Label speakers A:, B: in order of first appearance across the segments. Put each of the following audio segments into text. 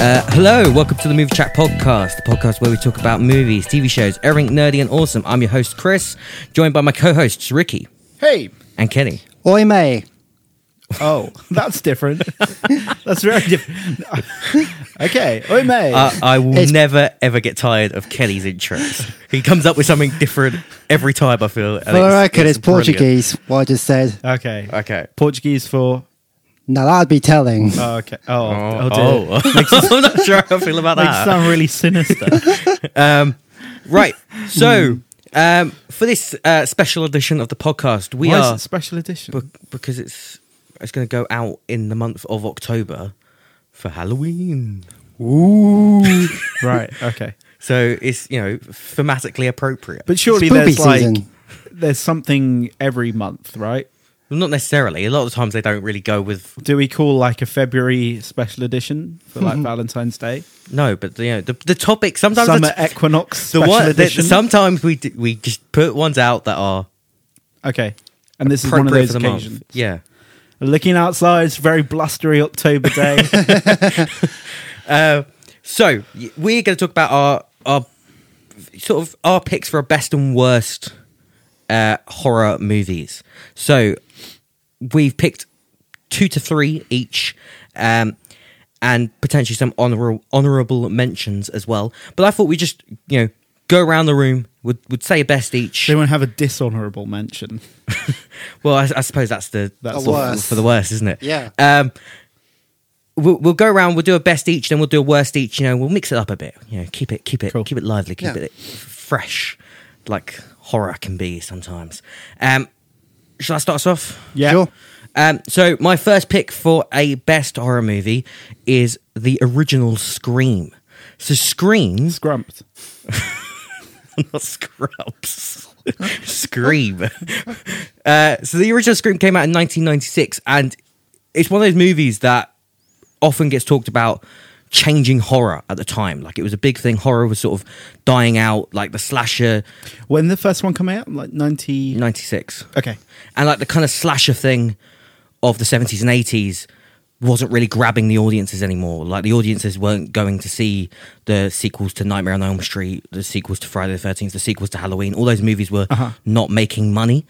A: Uh, hello, welcome to the Movie Chat Podcast, the podcast where we talk about movies, TV shows, everything nerdy and awesome. I'm your host, Chris, joined by my co hosts, Ricky
B: Hey.
A: and Kenny.
C: Oi, me.
B: Oh, that's different. that's very different. okay. Oi, mate.
A: Uh, I will
C: It's-
A: never, ever get tired of Kenny's intros. he comes up with something different every time, I feel. and
C: Well, I reckon it's,
A: brilliant.
C: Portuguese. What I just said.
B: okay.
A: Okay.
B: Portuguese for.
C: Now that'd be telling.
A: Uh,
B: Oh, okay. Oh, oh,
A: Oh, Ah.
B: dear.
A: I'm not sure how I feel about
B: Makes it
A: that.
B: sound really sinister.
A: right. So, um, for this uh, special edition of the podcast, we
B: Why is
A: are
B: it special edition?
A: be- because it's it's going to go out in the month of October for Halloween.
C: Ooh.
B: right. Okay.
A: So it's you know thematically appropriate, but
B: But surely
C: Spoopy
B: there's like
C: season.
B: there's something every month, right?
A: not necessarily. A lot of times they don't really go with
B: Do we call like a February special edition for
A: Mm-hmm.
B: like Valentine's Day,
A: no, but you know the, the topic sometimes the
B: summer
A: t-
B: equinox
A: the
B: special
A: one the-
B: edition?
A: sometimes we d- we just put ones out that are
B: okay, and this is one of
A: appropriate
B: those
A: for the
B: occasions.
A: month. Yeah.
B: Looking outside, it's a very blustery October day.
A: Uh, so y- we're going to talk about our our sort of our picks for our best and worst uh, horror movies. So we've picked two to three each, um, and potentially some honorable honorable mentions as well. But I thought we just you know go around the room would would say a best each.
B: They won't have a dishonorable mention.
A: Well, I, I suppose that's the
B: That's
A: sort of
C: worst.
A: for the worst, isn't it?
C: Yeah.
A: Um, we'll, we'll go around. We'll do a best each, then we'll do a worst each. You know, we'll mix it up a bit. You know, keep it, keep it,
B: Cool.
A: keep it lively, keep
C: Yeah.
A: it fresh, like horror can be sometimes. Um, shall I start us off?
B: Yeah.
C: Sure.
A: Um, so my first pick for a best horror movie is the original Scream. So Scream,
B: Scrumped.
A: not Scrubs. Scream. uh, so the original Scream came out in 1996, and it's one of those movies that often gets talked about changing horror at the time. Like it was a big thing. Horror was sort of dying out. Like the slasher
B: When the first one come out, like 90.
A: Mm. 96,
B: Okay.
A: and like the kind of slasher thing of the 70s and 80s wasn't really grabbing the audiences anymore. Like the audiences weren't going to see the sequels to Nightmare on Elm Street, the sequels to Friday the 13th, the sequels to Halloween. All those movies were not making money.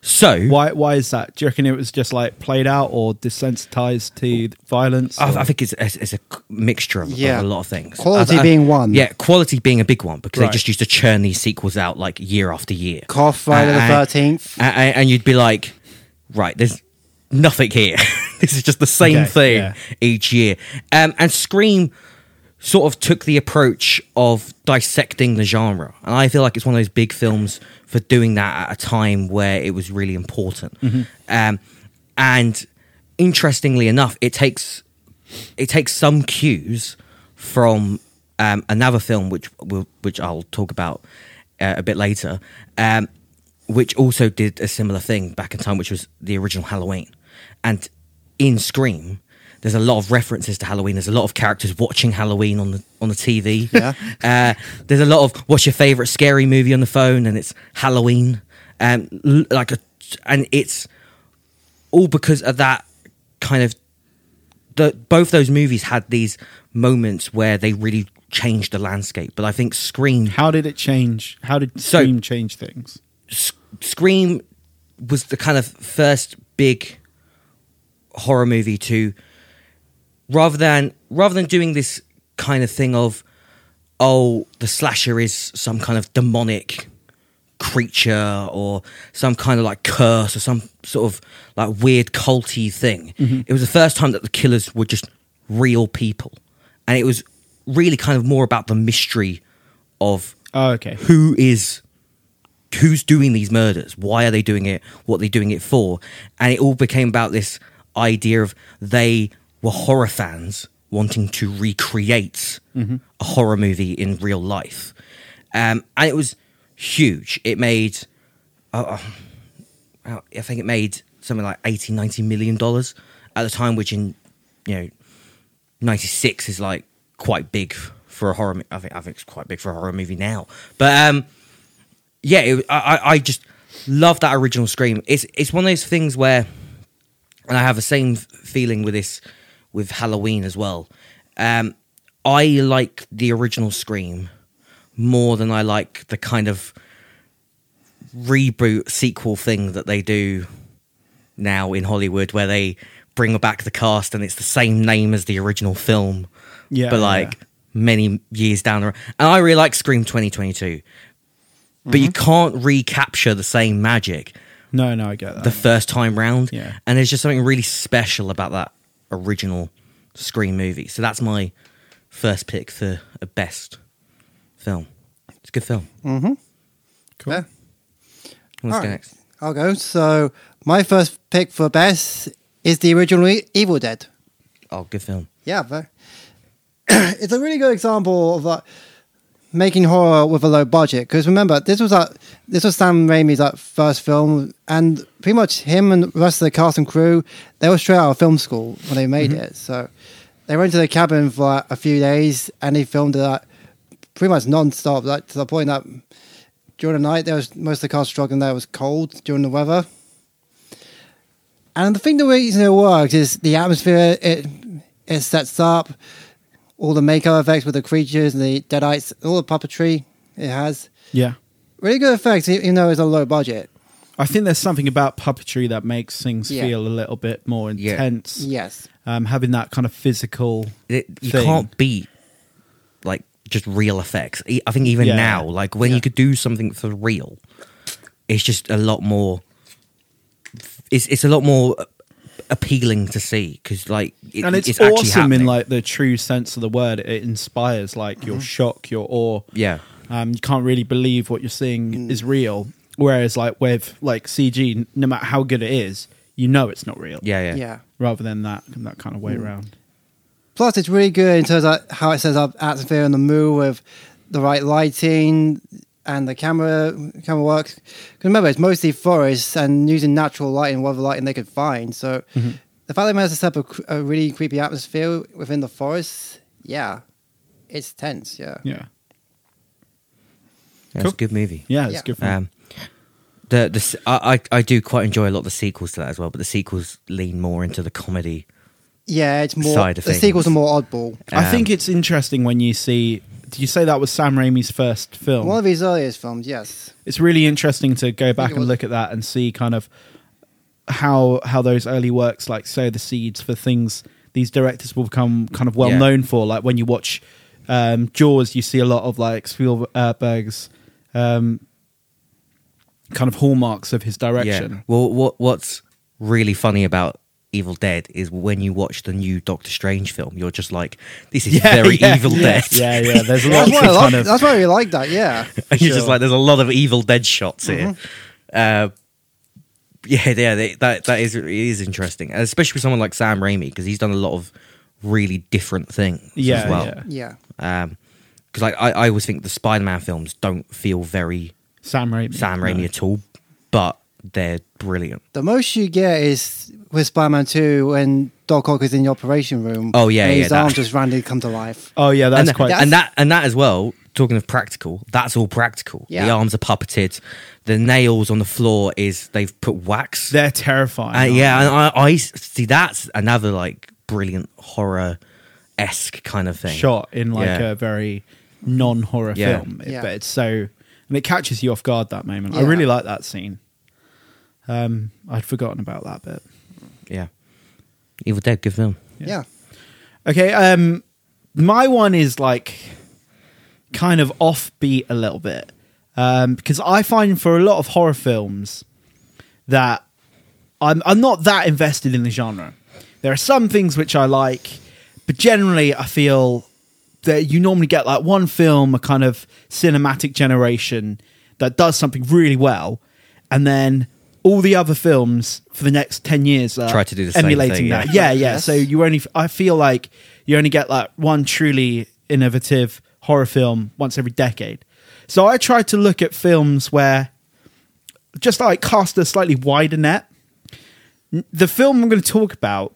A: So
B: Why, why is that? Do you reckon it was just like played out or desensitized to violence?
A: I,
B: or-
A: I think it's, it's, it's a c- mixture of, of a
C: Yeah.
A: lot of things.
C: Quality
A: I- I-
C: being one.
A: Yeah, quality being a big one because they
B: Right.
A: just used to churn these sequels out like year after year.
C: Cough, Friday the
A: And-
C: 13th.
A: And, and- and you'd be like, right, there's nothing here. this is just the same
B: Okay,
A: thing
B: yeah.
A: each year. Um, and Scream sort of took the approach of dissecting the genre. And I feel like it's one of those big films for doing that at a time where it was really important. Um, and interestingly enough, it takes it takes some cues from um, another film, which will which I'll talk about uh, a bit later, um, which also did a similar thing back in time, which was the original Halloween. And in Scream, there's a lot of references to Halloween. There's a lot of characters watching Halloween on the on the TV.
C: Yeah.
A: Uh, there's a lot of what's your favorite scary movie on the phone, and it's Halloween. Um, l- like a, and it's all because of that kind of the, both those movies had these moments where they really changed the landscape. But I think Scream
B: How did it change? How did
A: So-
B: Scream change things?
A: S- Scream was the kind of first big horror movie to rather than rather than doing this kind of thing of oh the slasher is some kind of demonic creature or some kind of like curse or some sort of like weird culty thing. It was the first time that the killers were just real people, and it was really kind of more about the mystery of
B: Oh, okay.
A: who is who's doing these murders why are they doing it what are they doing it for and it all became about this idea of they were horror fans wanting to recreate a horror movie in real life um, and it was huge it made uh, i think it made something like 80 90 million dollars at the time which in you know 96 is like quite big for a horror. mo- I think I think it's quite big for a horror movie now. But um, yeah, it, I I- I just love that original Scream. It's it's one of those things where, and I have the same f- feeling with this with Halloween as well. Um, I like the original Scream more than I like the kind of reboot sequel thing that they do now in Hollywood, where they bring back the cast and it's the same name as the original film,
B: Yeah,
A: but
B: yeah,
A: like
B: yeah.
A: many years down the road. And I really like Scream 2022, but
B: Mm-hmm.
A: you can't recapture the same magic
B: No, no, I get that.
A: the first time round.
B: Yeah.
A: And there's just something really special about that original Scream movie. So that's my first pick for a best film. It's a good film.
B: cool.
C: Yeah.
A: Let's
C: Alright,
A: go next.
C: I'll go. So my first pick for best is the original E- Evil Dead.
A: Oh, good film.
C: Yeah, but it's a really good example of like making horror with a low budget. Because remember, this was like, this was Sam Raimi's like first film, and pretty much him and the rest of the cast and crew they were straight out of film school when they made it. So they went to the cabin for like, a few days, and they filmed it like, pretty much non-stop, like to the point that during the night there was most of the cast struggling. There it was cold during the weather. And the thing the reason it works is the atmosphere it it sets up, all the makeup effects with the creatures and the deadites, all the puppetry it has.
B: Yeah.
C: Really good effects, e- even though it's a low budget.
B: I think there's something about puppetry that makes things
C: Yeah.
B: feel a little bit more
A: Yeah.
B: intense.
C: Yes.
B: Um, having that kind of physical.
A: It, you
B: thing.
A: can't beat like just real effects. E- I think even
B: Yeah.
A: now, like when you could do something for real, it's just a lot more. It's it's a lot more appealing to see because like it-
B: and it's,
A: actually
B: awesome in
A: happening. Mm-hmm.
B: like the true sense of the word. It inspires like your shock, your awe.
A: yeah
B: Um, you can't really believe what you're seeing is real. Whereas like with like CG, n- no matter how good it is, you know it's not real.
A: yeah yeah
C: yeah.
B: Rather than that that kind of way around.
C: Plus, it's really good in terms of how it sets up atmosphere and the mood with the right lighting and the camera camera work. 'Cause remember, it's mostly forests and using natural lighting, whatever lighting they could find. So the fact they managed to set up a, cr- a really creepy atmosphere within the forest, yeah, it's tense. Yeah.
B: Yeah.
A: Yeah,
B: Cool.
A: it's a good movie.
B: Yeah, it's
C: Yeah.
B: good for
A: Um, the the s- I, I I do quite enjoy a lot of the sequels to that as well, but the sequels lean more into the comedy.
C: Yeah, it's more
A: Side of
C: the
A: things.
C: sequels are more oddball.
B: I
A: um,
B: think it's interesting when you see. Did you say that was Sam Raimi's first film?
C: One of his earliest films, yes.
B: it's really interesting to go back
C: it
B: and
C: was-
B: look at that and see kind of how how those early works like sow the seeds for things these directors will become kind of well
A: Yeah.
B: known for. Like when you watch um, Jaws, you see a lot of like Spielberg's um, kind of hallmarks of his direction.
A: Yeah. Well, what what's really funny about Evil Dead is when you watch the new Doctor Strange film, you're just like, this is very Evil
B: yeah,
A: Dead.
B: Yeah, yeah. There's a lot
C: That's
B: of
C: why, I like,
B: kind of
C: that's why we like that, yeah.
A: and you're just like, there's a lot of Evil Dead shots here.
B: Mm-hmm.
A: Uh, yeah, yeah, they, that that is it is interesting, And especially with someone like Sam Raimi because he's done a lot of really different things
B: yeah,
A: as well.
B: yeah.
C: Yeah.
A: because Um, like I, I always think the Spider-Man films don't feel very
B: Sam Raimi.
A: Sam Raimi
B: No.
A: at all, but they're brilliant.
C: The most you get is with Spider Man 2 when Doc Ock is in the operation room.
A: Oh, yeah,
C: and
A: yeah,
C: His
A: that-
C: arms just randomly come to life.
B: Oh yeah, that's
A: and,
B: quite.
A: and that and that as well. Talking of practical, that's all practical. The
C: Yeah.
A: arms are puppeted. The nails on the floor is they've put wax.
B: they're terrifying.
A: Uh,
B: aren't
A: yeah,
B: they?
A: and I, I see that's another like brilliant horror esque kind of thing.
B: shot in like
A: Yeah.
B: a very non horror
A: Yeah.
B: film, It-
C: Yeah.
B: but it's so and it catches you off guard that moment. I
C: Yeah.
B: really like that scene. Um, I'd forgotten about that bit.
A: Yeah, Evil Dead, good film.
C: Yeah.
B: Okay, um, my one is like kind of offbeat a little bit um, because I find for a lot of horror films that I'm I'm not that invested in the genre. There are some things which I like, but generally I feel that you normally get like one film, a kind of cinematic generation that does something really well, and then all the other films for the next ten years are
A: Try to do the same
B: emulating
A: thing,
B: that.
A: yeah.
B: Yeah, yeah.
C: Yes.
B: So you only I feel like you only get like one truly innovative horror film once every decade. So I try to look at films where just like cast a slightly wider net. N- The film I'm going to talk about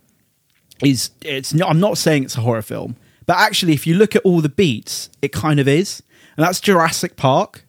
B: is it's not, I'm not saying it's a horror film, but actually, if you look at all the beats, it kind of is, and that's Jurassic Park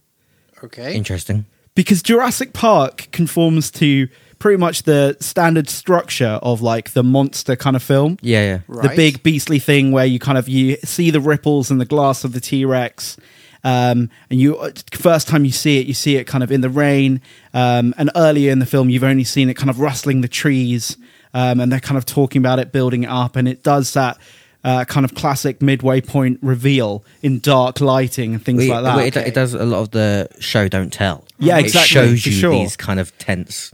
C: Okay.
A: Interesting.
B: because Jurassic Park conforms to pretty much the standard structure of like the monster kind of film.
A: Yeah, yeah.
B: the
D: Right.
B: big beastly thing where you kind of you see the ripples in the glass of the T-Rex. Um, and you first time you see it, you see it kind of in the rain. Um, and earlier in the film, you've only seen it kind of rustling the trees, um, and they're kind of talking about it, building it up, and it does that uh, kind of classic midway point reveal in dark lighting and things
A: We-
B: like that.
A: we- it, it does a lot of the show don't tell.
B: Yeah,
A: It
B: exactly,
A: shows
B: for
A: you
B: sure. Um,
A: these kind of tense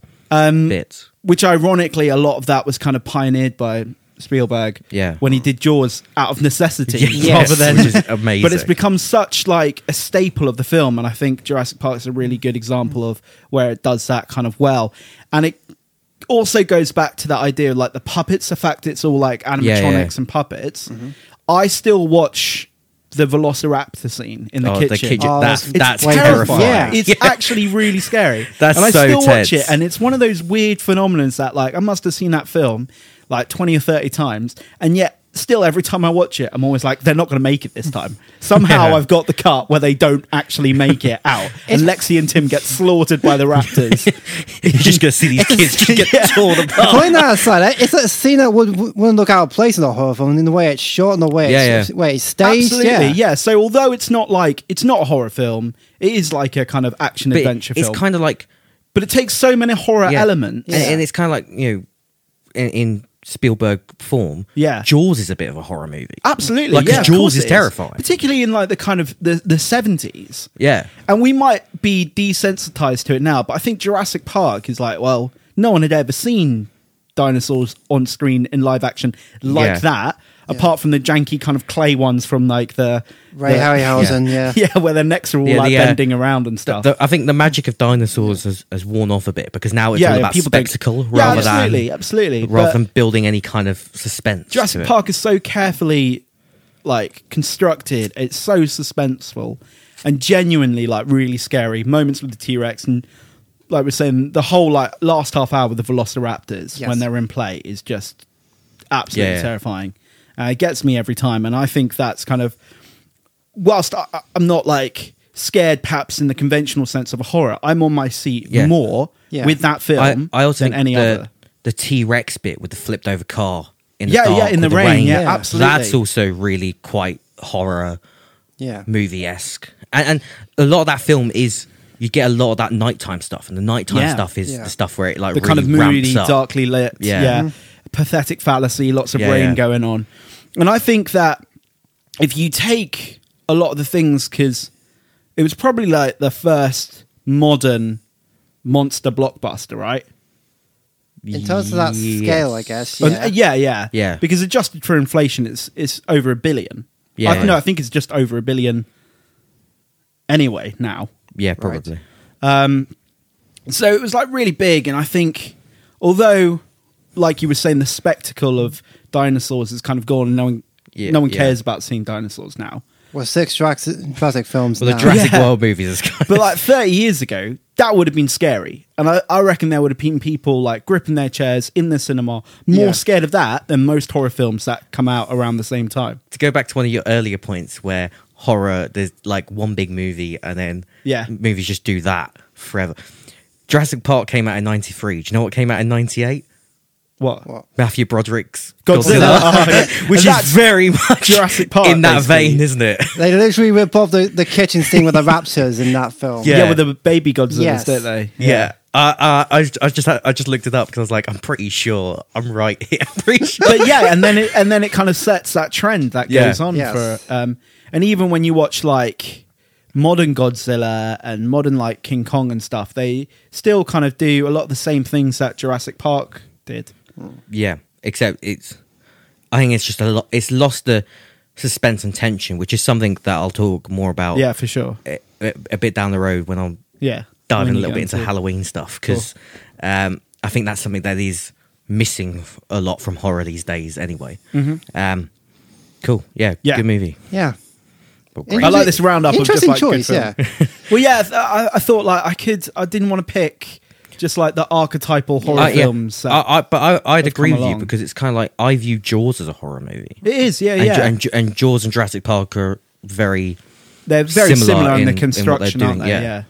A: bits.
B: which ironically a lot of that was kind of pioneered by Spielberg.
A: Yeah.
B: When he did Jaws out of necessity
A: Yes,
B: rather than
A: which is amazing.
B: But it's become such like a staple of the film and I think Jurassic Park is a really good example of where it does that kind of well. And it also goes back to that idea of like the puppets the fact it's all like animatronics
A: yeah. Mm-hmm.
B: and puppets. I still watch the Velociraptor scene in the
A: Oh, the
B: kitchen.
A: kitchen.
C: Oh,
A: that's
C: it's
A: that's
C: way
A: terrifying.
C: terrifying. Yeah.
B: It's actually really scary.
A: That's
B: and I
A: so
B: still
A: tense.
B: watch it, and it's one of those weird phenomenons that like I must have seen that film like twenty or thirty times, and yet still every time I watch it, I'm always like, they're not going to make it this time. Somehow
A: Yeah.
B: I've got the cut where they don't actually make it out, and Lexi and Tim get slaughtered by the raptors.
A: You're just gonna see these kids just get torn apart.
C: Putting that aside, eh, it's a scene that would, wouldn't look out of place in a horror film, in the way it's shot, and the way
A: Yeah,
C: it's,
A: yeah.
C: way it's staged.
B: Absolutely,
C: yeah.
B: yeah. So although it's not like it's not a horror film, it is like a kind of action
A: But it-
B: adventure
A: it's
B: film.
A: kind of like
B: but it takes so many horror
A: yeah.
B: elements.
A: and, and it's kind of like you know, in, in Spielberg form.
B: Yeah.
A: Jaws is a bit of a horror movie.
B: Absolutely,
A: Like, 'cause
B: yeah, of
A: Jaws
B: course
A: is
B: it
A: terrifying.
B: particularly in like the kind of the the seventies.
A: Yeah,
B: And we might be desensitized to it now, but I think Jurassic Park is like, well, no one had ever seen dinosaurs on screen in live action like
A: Yeah.
B: that, apart from the janky kind of clay ones from like the
C: Ray
B: the-
C: Harryhausen, yeah.
B: yeah, where their necks are all
A: Yeah,
B: like
A: the, uh,
B: bending around and stuff.
A: The- I think the magic of dinosaurs has, has worn off a bit because now it's all about
B: don't-
A: spectacle
B: Yeah,
A: rather
B: absolutely,
A: than
B: absolutely.
A: rather
B: But-
A: than building any kind of suspense. to
B: Jurassic
A: it.
B: Park is so carefully like constructed. It's so suspenseful and genuinely like really scary. Moments with the T Rex and like we're saying, the whole like last half hour with the Velociraptors
C: Yes.
B: when they're in play is just absolutely
A: Yeah, yeah.
B: terrifying. Uh, it gets me every time, and I think that's kind of whilst I, I- I'm not like scared, perhaps in the conventional sense of a horror, I'm on my seat
A: Yeah.
B: more
C: Yeah.
B: with that film
A: I, I also
B: than
A: think
B: any
A: the,
B: other.
A: the T Rex bit with the flipped over car in the
B: Yeah, yeah,
A: dark
B: in
A: with
B: the rain, yeah,
C: Yeah.
B: absolutely.
A: That's also really quite horror
C: Yeah.
A: movie esque, and, and a lot of that film is you get a lot of that nighttime stuff, and the nighttime
B: Yeah.
A: stuff is
C: Yeah.
A: the stuff where it like
B: the
A: really
B: kind of moody,
A: ramps up.
B: darkly lit,
A: Yeah.
B: yeah, pathetic fallacy, lots of
A: Yeah,
B: rain
A: yeah.
B: going on. And I think that if you take a lot of the things, because it was probably like the first modern monster blockbuster, right?
C: In terms of that
A: Yes.
C: scale, I guess. Yeah.
B: And- uh, yeah, yeah,
A: Yeah.
B: Because adjusted for inflation, it's it's over a billion.
A: Yeah,
B: I,
A: yeah.
B: No, I think it's just over a billion. Anyway, now
A: Yeah, probably.
B: so it was like really big and i think although like you were saying the spectacle of dinosaurs is kind of gone and no one
A: Yeah,
B: no one
A: yeah.
B: cares about seeing dinosaurs now
C: Well, six Jurassic, Jurassic films
A: Well, the
C: now.
A: Jurassic
B: Yeah.
A: World movies is kind
B: but
A: of-
B: like 30 years ago that would have been scary and i, I reckon there would have been people like gripping their chairs in the cinema more
C: Yeah.
B: scared of that than most horror films that come out around the same time
A: to go back to one of your earlier points where horror there's like one big movie and then
B: Yeah.
A: movies just do that forever. Jurassic Park came out in '93. Do you know what came out in '98?
B: what,
C: What?
A: Matthew Broderick's
B: Godzilla.
A: Oh, which
B: And
A: is
B: that's
A: very much
B: Jurassic Park,
A: in that
B: basically.
A: vein, isn't it?
C: They literally rip off the, the kitchen scene with the raptors in that film.
A: Yeah.
B: yeah. with the baby godzillas
C: Yes.
B: don't they
A: Yeah. Uh, uh, I, was- I just had- I just looked it up because I was like I'm pretty sure I'm right here. I'm pretty sure.
B: but yeah, and then it, and then it kind of sets that trend that
A: Yeah.
B: goes on
C: Yes.
B: for um, and even when you watch like modern Godzilla and modern like King Kong and stuff, they still kind of do a lot of the same things that Jurassic Park did.
A: yeah, except it's I think it's just a lot. It's lost the suspense and tension, which is something that I'll talk more about.
B: Yeah, for sure.
A: a, a- a bit down the road when I'm
B: Yeah,
A: diving
B: When
A: eh, a
B: you
A: little
B: get
A: bit into, Halloween stuff because um, I think that's something that is missing f- a lot from horror these days. Anyway, um, cool. Yeah,
B: Mm-hmm. Yeah.
A: good movie.
C: Yeah.
A: Well, great.
B: I like this roundup of just,
C: Interesting
B: like, good
C: choice, yeah.
B: films. Well, yeah, th- I, I thought like I could, I didn't want to pick just like the archetypal horror
A: Uh, yeah.
B: films. that-
A: I, I, but I, I'd
B: have
A: agree
B: come
A: with you
B: along.
A: because it's kind of like I view Jaws as a horror movie,
B: it is, yeah,
A: and,
B: yeah.
A: Ju- and, Ju- and Jaws and Jurassic Park are very
B: they're very
A: similar
B: similar, in,
A: in- in what
B: the
A: they're
B: construction,
A: doing,
B: aren't they?
A: yeah.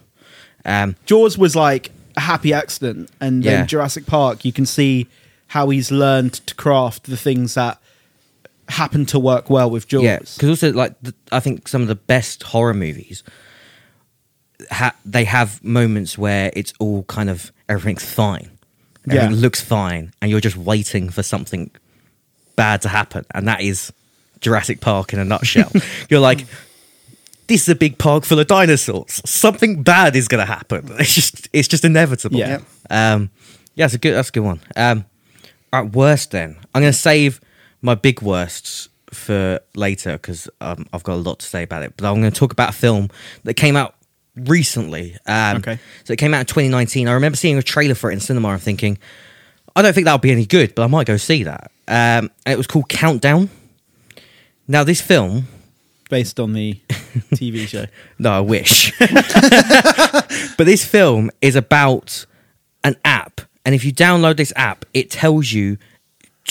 B: yeah.
A: um,
B: Jaws was like a happy accident, and
A: Yeah.
B: then Jurassic Park, you can see how he's learned to craft the things that happen to work well with Jaws.
A: Yeah, because also like th- I think some of the best horror movies, ha- they have moments where it's all kind of everything's fine,
B: Yeah.
A: everything looks fine, and you're just waiting for something bad to happen, and that is Jurassic Park in a nutshell. you're like. This is a big park full of dinosaurs. Something bad is going to happen. It's just, it's just inevitable.
B: Yeah.
A: Um, yeah, that's a good that's a good one. Um, at worst, then I'm going to save my big worsts for later because um, I've got a lot to say about it. But I'm going to talk about a film that came out recently. Um,
B: Okay.
A: So it came out in 2019. I remember seeing a trailer for it in cinema and thinking, I don't think that'll be any good, but I might go see that. Um, and it was called Countdown. Now this film,
B: based on the TV show.
A: no, I wish. but this film is about an app. And if you download this app, it tells you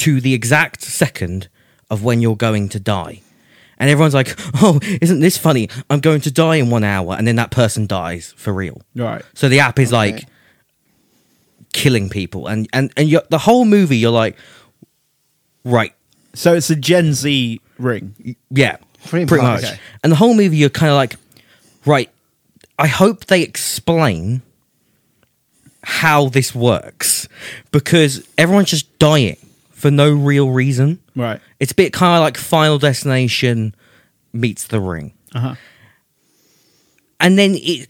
A: to the exact second of when you're going to die. And everyone's like, oh, isn't this funny? I'm going to die in one hour. And then that person dies for real.
B: Right.
A: So the app is like
C: Okay.
A: killing people. And, and, and you're, the whole movie, you're like, right,
B: So it's a Gen Z ring.
A: yeah, pretty,
C: Pretty
A: much.
C: much.
B: Okay.
A: And the whole movie, you're kind of like, right. I hope they explain how this works because everyone's just dying for no real reason.
B: Right.
A: It's a bit kind of like Final Destination meets The Ring,
B: Uh-huh.
A: and then it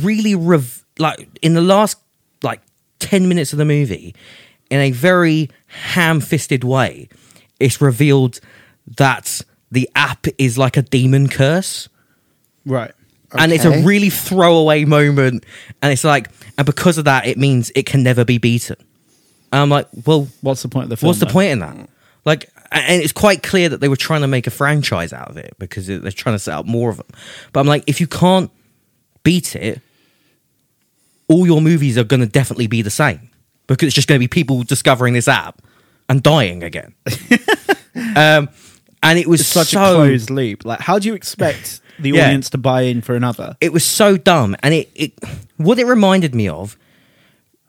A: really rev- like in the last like ten minutes of the movie, in a very ham-fisted way, it's revealed that the app is like a demon curse.
B: Right.
A: and it's a
C: Okay.
A: really throwaway moment and it's like and because of that it means it can never be beaten and i'm like well
B: What's the point of the film?
A: what's the
B: though?
A: point in that like a- and it's quite clear that they were trying to make a franchise out of it because it- they're trying to set up more of them but i'm like if you can't beat it all your movies are going to definitely be the same because it's just going to be people discovering this app and dying again um and it was
B: It's such
A: so
B: a closed loop. Like, how do you expect the
A: Yeah.
B: audience to buy in for another?
A: it was so dumb and it, it what it reminded me of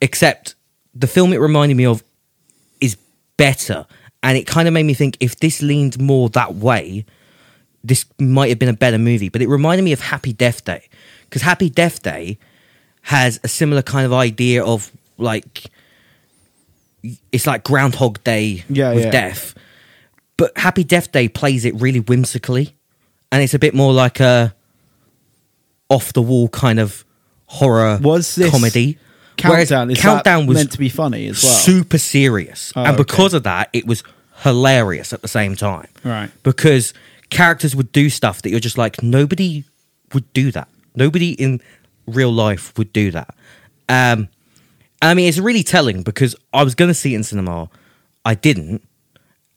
A: except the film it reminded me of is better and it kind of made me think if this leaned more that way this might have been a better movie but it reminded me of happy death day because happy death day has a similar kind of idea of like it's like groundhog day
B: Yeah,
A: with
B: yeah.
A: death but happy death day plays it really whimsically and it's a bit more like a off the wall kind of horror
B: Was this
A: comedy. Whereas
B: Countdown is
A: countdown
B: that
A: was
B: meant to be funny as well.
A: super serious,
B: Oh,
A: and
B: okay.
A: because of that, it was hilarious at the same time.
B: Right.
A: because characters would do stuff that you're just like nobody would do that. Nobody in real life would do that. Um, I mean, it's really telling because I was going to see it in cinema, I didn't,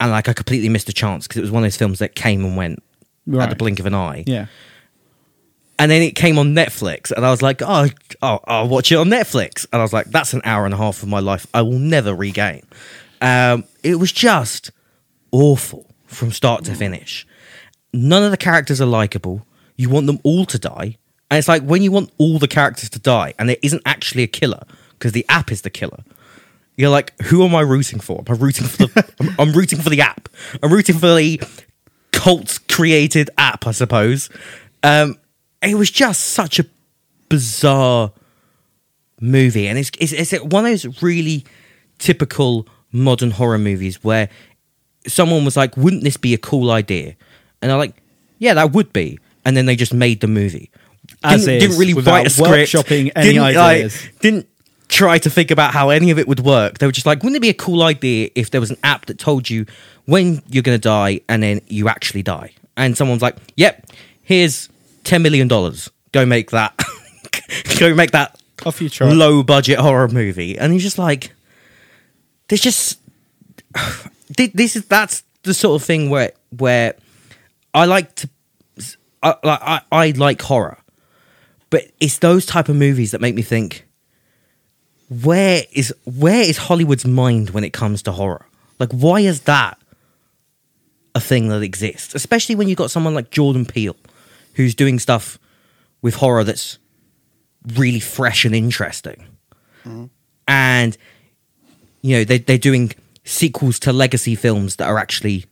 A: and like I completely missed a chance because it was one of those films that came and went at the
B: Right.
A: blink of an eye
B: yeah.
A: and then it came on Netflix, and I was like, oh, oh, I'll watch it on Netflix. And I was like, that's an hour and a half of my life I will never regain. Um, it was just awful from start to finish. None of the characters are likable. You want them all to die. And it's like when you want all the characters to die, and there isn't actually a killer because the app is the killer. You're like, who am I rooting for? Am I rooting for the? I'm, I'm rooting for the app. I'm rooting for the cult-created app, I suppose. Um, it was just such a bizarre movie, and it's it's, it's one of those really typical modern horror movies where someone was like, "Wouldn't this be a cool idea?" And I'm like, "Yeah, that would be." And then they just made the movie.
B: As
A: didn't,
B: is,
A: didn't really
B: without
A: write a script.
B: workshopping any
A: didn't, like,
B: ideas.
A: didn't try to think about how any of it would work. They were just like, "Wouldn't it be a cool idea if there was an app that told you when you're going to die and then you actually die?" And someone's like, "Yep, here's ten million dollars. Go make that. Go make that
B: Off you try.
A: low budget horror movie and he's just like there's just thi- this is that's the sort of thing where where i like to i like I, I like horror but it's those type of movies that make me think where is where is hollywood's mind when it comes to horror like why is that a thing that exists especially when you've got someone like jordan peele who's doing stuff with horror that's really fresh and interesting. and you know they they're doing sequels to legacy films that are actually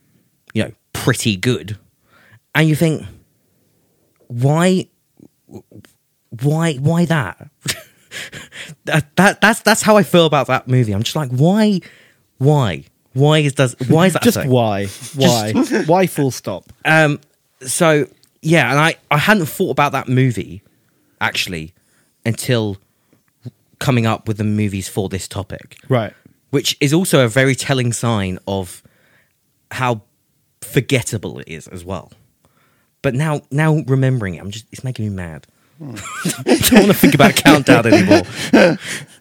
A: you know pretty good, and you think why why why that? that that that's that's how I feel about that movie. I'm just like why why why is does why is that a
B: Just
A: thing?
B: why? Why? why? Full stop.
A: Um, so yeah, and I I hadn't thought about that movie actually until coming up with the movies for this topic,
B: Right.
A: which is also a very telling sign of how forgettable it is as well. But now now remembering it, I'm just it's making me mad. I don't want to think about countdown anymore.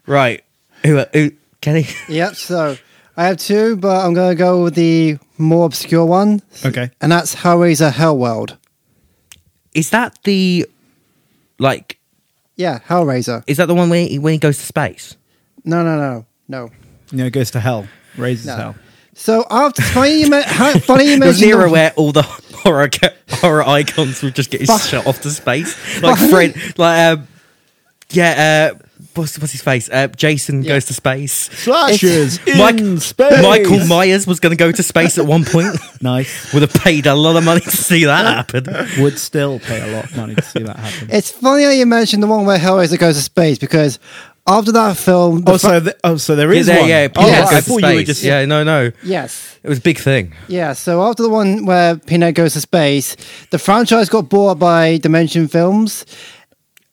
A: right, who, who Kelly?
C: Yep. So I have two, but I'm going to go with the more obscure one,
B: Okay.
C: and that's Hellraiser Hellworld.
A: Is that the like?
C: Yeah, Hellraiser.
A: Is that the one where he, when he goes to space?
C: No, no, no, no.
B: No, it goes to hell. Raises
C: No.
B: hell.
C: So after funny, you men- how- funny you
A: It was an
C: mentioned
A: era where all the horror ca- horror icons were just getting shot off to space, like Fred, like um, yeah, uh, what's what's his face? Uh, Jason goes to space.
B: Slashes in
A: Mike-
B: space.
A: Michael Myers was going to go to space at one point.
B: nice.
A: Would have paid a lot of money to see that happen.
B: Would still pay a lot of money to see that happen.
C: It's funny how you mentioned the one where Hellraiser goes to space because after that film, the
B: Oh,
C: fu-
B: so th- oh, so there
A: Yeah,
B: is
A: yeah,
B: one.
A: yeah,
B: oh,
A: Peanut
C: yes.
B: right.
A: goes
B: I
A: to
B: thought you were
A: space.
B: just
A: yeah, no, no,
C: yes,
A: it was a big thing.
C: yeah. So after the one where Pinot goes to space, the franchise got bought by Dimension Films,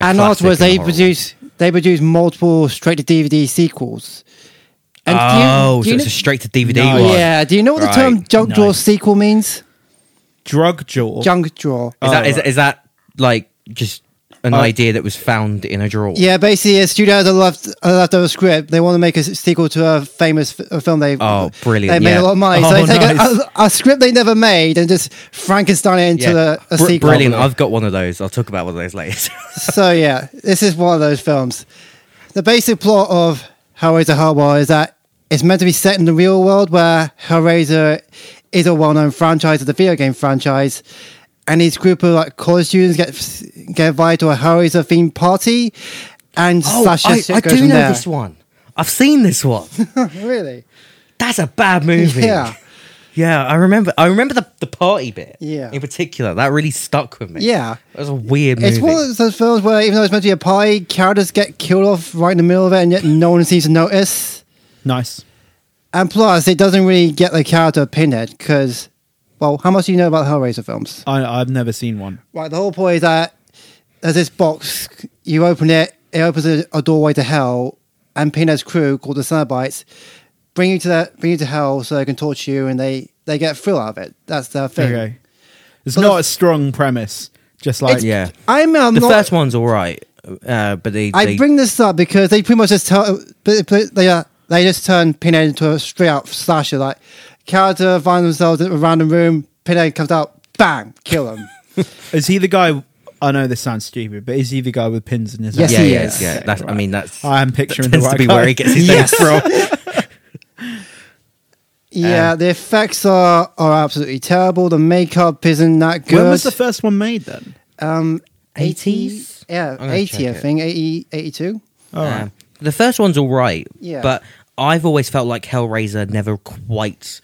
C: and
A: Classic
C: afterwards they
A: and horrible.
C: produce they produce multiple straight to DVD sequels. And do you-
A: oh, so
C: do you
A: it's
C: kn-
A: a straight to DVD
B: No.
A: one.
C: yeah. Do you know what the term
A: Right.
C: junk drawer
B: Nice.
C: sequel means?
B: drug jaw.
C: Junk drawer.
A: Is that is,
B: right.
A: is that like just an
B: Oh.
A: idea that was found in a drawer?
C: Yeah, basically, a studio has a left a leftover script. They want to make a s- sequel to a famous f- a film. They
A: Oh, brilliant,
C: They made
A: yeah.
C: a lot of money, so they
B: Oh,
C: take
B: nice.
C: a, a, a script they never made and just Frankenstein it into a, a
A: Br-
C: sequel.
A: Brilliant. I've got one of those. I'll talk about one of those later.
C: so yeah, this is one of those films. The basic plot of Hellraiser Hellworld is that it's meant to be set in the real world where Hellraiser is a well-known franchise of the video game franchise, and these group of like college students get get invited to a Hellraiser themed party, and slash
A: Oh, I,
C: shit
A: I
C: goes
A: do
C: from
A: know
C: there.
A: this one. I've seen this one.
C: Really?
A: That's a bad movie.
C: Yeah.
A: Yeah, I remember. I remember the, the party bit.
C: Yeah.
A: in particular, that really stuck with me.
C: Yeah.
A: that was a weird movie.
C: It's one of those films where even though it's meant to be a party, characters get killed off right in the middle of it and yet no one seems to notice.
B: nice.
C: And plus, it doesn't really get the character pinhead because, well, how much do you know about Hellraiser films?
B: I, I've never seen one.
C: Right, the whole point is that there's this box, you open it, it opens a, a doorway to hell, and Pinhead's crew, called the Cenobites, bring you to that, bring you to hell so they can torture you and they, they get a thrill out of it. That's their thing.
B: Okay. It's
C: But
B: not
C: the-
B: a strong premise. Just like
A: yeah,
C: I'm, i
A: the
C: not,
A: first one's all right, uh, but they,
C: I
A: they-
C: bring this up because they pretty much just tell they they, uh, they just turn Pinhead into a straight out slasher. Like character finds themselves in a random room, Pinhead comes out, bang, kill him.
B: Is he the guy? I know this sounds stupid, but is he the guy with pins in his?
C: Yes,
A: yeah,
B: hand?
C: he
A: yeah,
C: is.
A: yeah. That's, I mean, that's
B: I am picturing
A: tends
B: the
A: to
B: right
A: be
B: guy.
A: where he gets his
C: Yes.
A: name from.
C: yeah, the effects are are absolutely terrible. The makeup isn't that good.
B: When was the first one made then?
C: um
A: 80s?
C: Yeah,
A: gonna check
C: eighty, I
A: it.
C: think 80, 82.
B: All right.
A: Um, the first one's all right,
C: Yeah.
A: but I've always felt like Hellraiser never quite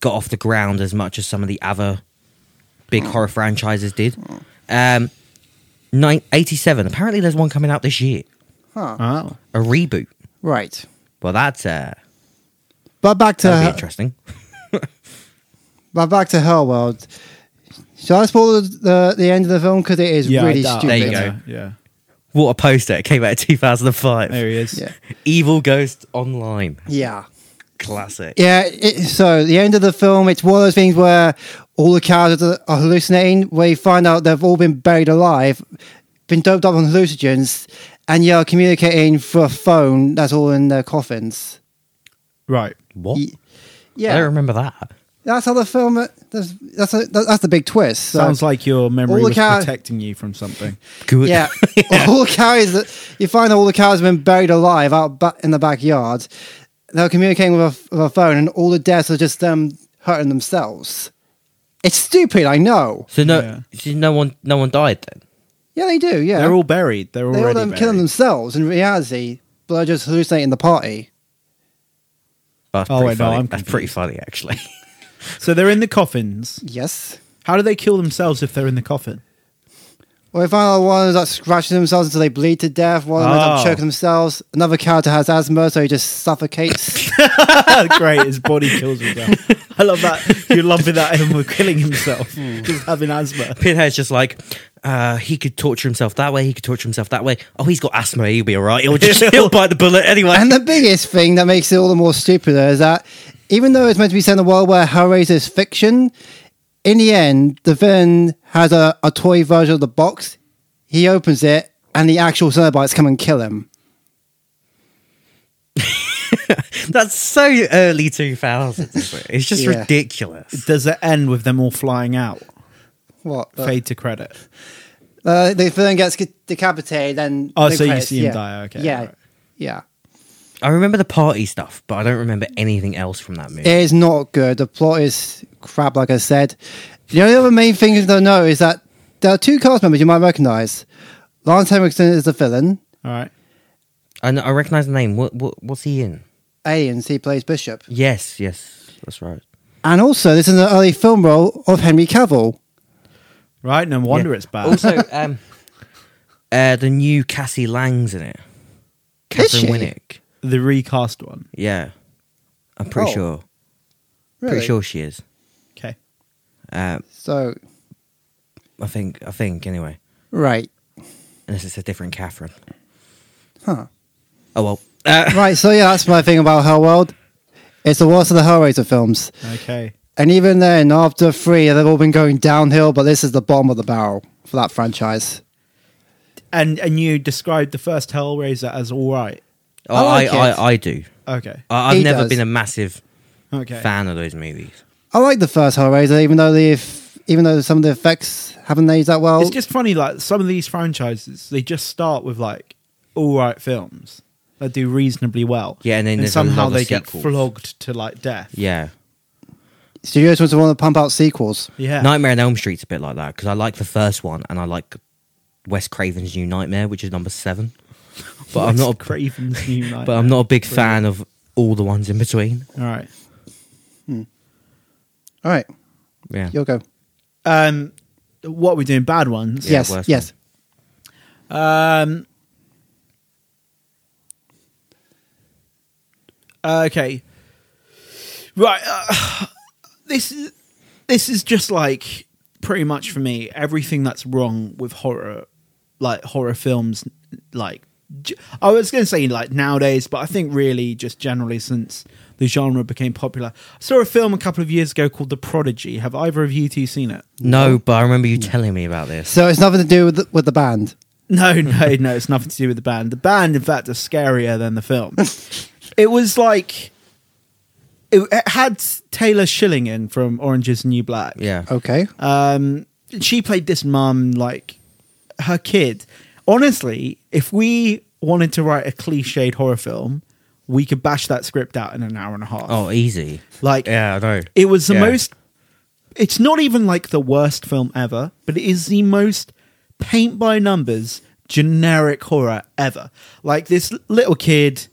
A: got off the ground as much as some of the other big
B: Hmm.
A: horror franchises did. Um, nine, 87, apparently there's one coming out this year,
C: Huh.
B: Oh.
A: a reboot.
C: Right.
A: Well, that's uh,
C: But back
B: Uh-huh.
A: that'd be
C: to
A: interesting.
C: but back to Hellworld. Shall I spoil the the end of the film because it is
B: Yeah, I
C: really
B: doubt-
C: stupid?
A: There you go.
B: Yeah.
A: What a poster. It came out in 2005.
B: There he is.
C: Yeah.
A: Evil Ghost Online.
C: Yeah.
A: Classic.
C: Yeah, it, so the end of the film, it's one of those things where all the characters are are hallucinating, where you find out they've all been buried alive, been doped up on hallucinogens, and you're communicating through a phone that's all in their coffins.
B: Right.
A: What?
C: Ye-
A: I don't
C: Yeah,
A: remember that.
C: that's how the film. That's that's, a, that's the big twist. So,
B: Sounds like your memory
C: all the
B: was
C: cow-
B: protecting you from something.
A: Good.
C: yeah, all the cows that you find all the cows have been buried alive out ba- in the backyard. They're communicating with a, f- with a phone, and all the deaths are just them hurting themselves. It's stupid, I know.
A: So no,
B: Yeah.
A: so no one, no one died then.
C: Yeah, they do. Yeah,
B: They're all buried. They're
C: they
B: already
C: all them
B: buried.
C: killing themselves in reality. Bludger's hallucinating the party.
A: That's
B: Oh,
A: pretty
B: wait, no,
A: funny.
B: I'm
A: That's pretty funny, actually.
B: So they're in the coffins.
C: Yes.
B: How do they kill themselves if they're in the coffin?
C: Well, we found out one that scratches themselves until they bleed to death. One ends
B: Oh.
C: up choking themselves. Another character has asthma, so he just suffocates.
B: Great, his body kills himself. I love that. You're lumping that in with killing himself,
C: Hmm.
B: just having asthma.
A: Pinhead's just like, uh, he could torture himself that way, he could torture himself that way. Oh, he's got asthma, he'll be all right. He'll just he'll bite the bullet anyway.
C: and the biggest thing that makes it all the more stupider is that even though it's meant to be set in a world where Hellraiser is fiction, in the end, the villain has a, a toy version of the box. He opens it, and the actual Cenobites come and kill him.
A: That's so early 2000s. isn't it? It's just
C: Yeah.
A: ridiculous.
B: Does it end with them all flying out?
C: What? the-
B: Fade to credit.
C: Uh, the villain gets ca- decapitated, then
B: Oh,
C: the
B: so you see him
C: yeah.
B: die, okay,
C: yeah,
B: alright.
C: yeah.
A: I remember the party stuff, but I don't remember anything else from that movie.
C: It is not good. The plot is crap, like I said. The only other main thing to know is that there are two cast members you might recognize. Lance Henriksen is the villain.
B: All right.
A: And I recognize the name. What, what what's he in?
C: Aliens, he plays Bishop.
A: Yes, yes, that's right.
C: And also, this is an early film role of Henry Cavill.
B: Right. No wonder
A: Yeah.
B: it's bad.
A: Also, um, uh, the new Cassie Lang's in it.
C: Is
A: Catherine
C: she?
A: Winnick.
B: the recast one.
A: Yeah, I'm pretty
C: Oh,
A: sure.
C: Really?
A: Pretty sure she is.
B: Okay.
A: Um,
C: So,
A: I think. I think anyway.
C: right.
A: Unless it's a different Catherine.
C: Huh.
A: Oh well. Uh,
C: Right, so yeah, that's my thing about Hellworld. It's the worst of the Hellraiser films.
B: Okay.
C: And even then, after three, they've all been going downhill, but this is the bottom of the barrel for that franchise.
B: And and you described the first Hellraiser as all right.
A: I,
C: like
A: Oh, I,
C: it.
A: I, I do.
B: Okay.
A: I, I've
C: He
A: never
C: does.
A: been a massive
B: Okay.
A: fan of those movies.
C: I like the first Hellraiser, even though the eff- even though some of the effects haven't aged that
A: Oh.
C: well.
B: It's just funny. Like some of these franchises, they just start with like all right films that do reasonably well.
A: Yeah, and then
B: and
A: there's a
B: somehow
A: lot of
B: they get
A: sequels.
B: flogged to like death.
A: Yeah.
C: Studios just want to pump out sequels.
B: Yeah.
A: Nightmare on Elm Street's a bit like that because I like the first one and I like Wes Craven's New Nightmare, which is number seven. But I'm not. A,
B: Craven's new night.
A: but I'm not a big fan of all the ones in between.
B: All right.
C: All right,
A: Yeah.
C: you'll go.
B: Um, what are we doing? Bad ones.
A: Yeah,
C: yes,
A: worst
C: yes.
B: Um. Uh, Okay. Right. uh, this is this is just like pretty much for me everything that's wrong with horror, like horror films, like j- I was going to say like nowadays, but I think really just generally since the genre became popular. I saw a film a couple of years ago called The Prodigy. Have either of you two seen it?
A: No, but I remember
C: Hmm.
A: you telling me about this.
C: So it's nothing to do with the, with the band.
B: No, no, no. It's nothing to do with the band. The band, in fact, is scarier than the film. it was like it, it had Taylor Schilling in from Orange Is the New Black.
A: Yeah.
C: Okay,
A: Uh,
B: Um, she played this mum like her kid. Honestly, if we wanted to write a cliched horror film, we could bash that script out in an hour and a half.
A: Oh, easy.
B: like
A: Yeah, I know.
B: it was the
A: Yeah.
B: most. It's not even like the worst film ever, but it is the most paint by numbers generic horror ever. Like this little kid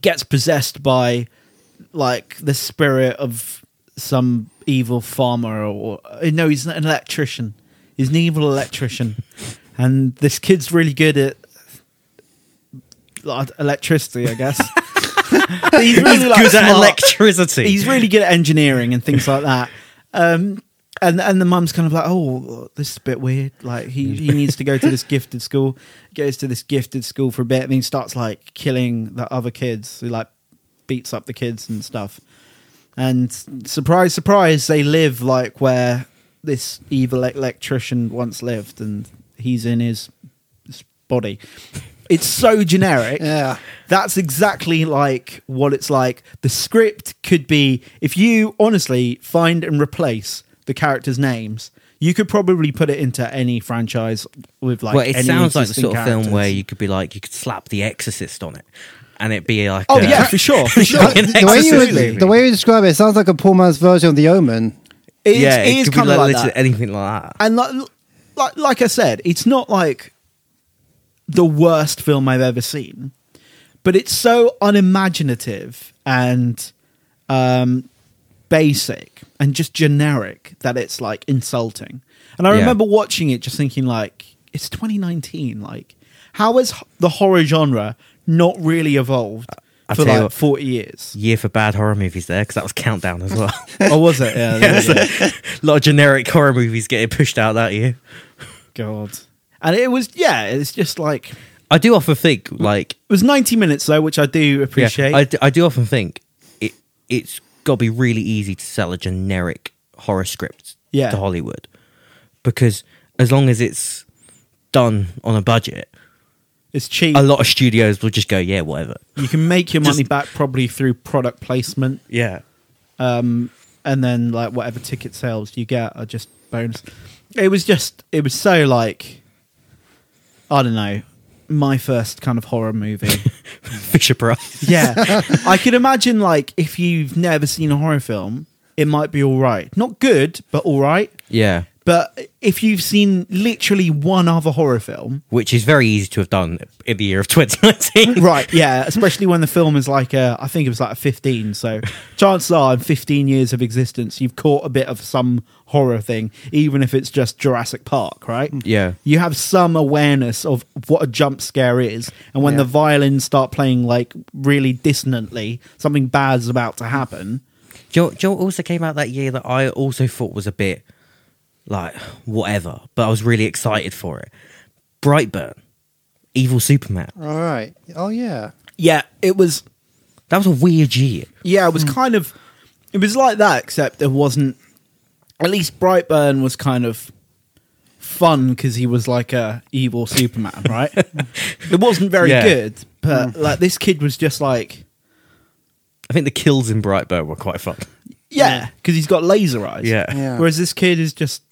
B: gets possessed by like the spirit of some evil farmer or or- no, he's an electrician. He's an evil electrician, and this kid's really good at like, electricity, I guess. he's really like,
A: Good at
B: smart.
A: electricity.
B: He's really good at engineering and things like that. Um, and and the mum's kind of like, oh, this is a bit weird. Like he, he needs to go to this gifted school. Goes to this gifted school for a bit, and he starts like killing the other kids. He like beats up the kids and stuff. And surprise, surprise, they live like where this evil electrician once lived, and he's in his, his body. It's so generic.
C: Yeah.
B: That's exactly like what it's like. The script could be if you honestly find and replace the characters' names, you could probably put it into any franchise with like.
A: well, it
B: any
A: sounds like the
B: existing
A: sort of film
B: characters.
A: where you could be like, you could slap The Exorcist on it, and it'd be like,
B: Oh
A: uh,
B: yeah, for sure, for sure.
A: An
C: the way, you,
A: Exorcist movie.
C: the way you describe it, it sounds like a poor man's version of The Omen.
B: It is,
A: yeah,
B: it is
A: could be
B: kind of like
A: literally
B: that.
A: anything like that.
B: and like, like like I said, it's not like the worst film I've ever seen, but it's so unimaginative and um, basic and just generic that it's like insulting. And I
A: Yeah.
B: remember watching it just thinking like, it's 2019. Like, how has h- the horror genre not really evolved
A: I'll
B: for
A: tell you
B: like
A: what.
B: 40 years?
A: Year for bad horror movies there because that was Countdown as well.
B: or was it? Yeah, there you go.
A: a lot of generic horror movies getting pushed out that year.
B: God. And it was yeah, it's just like it
A: I do often think like
B: was 90 minutes though, which I do
A: yeah,
B: appreciate.
A: I, d- I do often think it it's got to be really easy to sell a generic horror script
B: Yeah.
A: to Hollywood because as long as it's done on a budget,
B: it's cheap.
A: a lot of studios will just go yeah whatever.
B: You can make your
A: Just-
B: money back probably through product placement,
A: Yeah,
B: um, and then like whatever ticket sales you get are just bonus. It was just it was so like I don't know, my first kind of horror movie.
A: Fisher Price.
B: yeah. I could imagine like if you've never seen a horror film, it might be alright. Not good, but alright.
A: Yeah,
B: But if you've seen literally one other horror film,
A: which is very easy to have done in the year of 2019.
B: right yeah especially when the film is like uh, I think it was like a 15 so chances are in 15 years of existence you've caught a bit of some horror thing even if it's just jurassic park right
A: Yeah.
B: you have some awareness of what a jump scare is and when the
C: Yeah.
B: violins start playing like really dissonantly something bad's about to happen
A: Joel, Joel also came out that year that I also thought was a bit like whatever, but I was really excited for it. Brightburn, Evil Superman.
C: All right. Oh yeah.
B: yeah it was
A: That was a weird year.
B: Yeah, it was kind of it was like that, except there wasn't. At least Brightburn was kind of fun because he was like a evil Superman, right? it wasn't very
A: Yeah.
B: good, but like this kid was just like
A: I think the kills in Brightburn were quite fun.
B: yeah, because he's got laser eyes.
A: Yeah.
C: Yeah.
B: Whereas this kid is just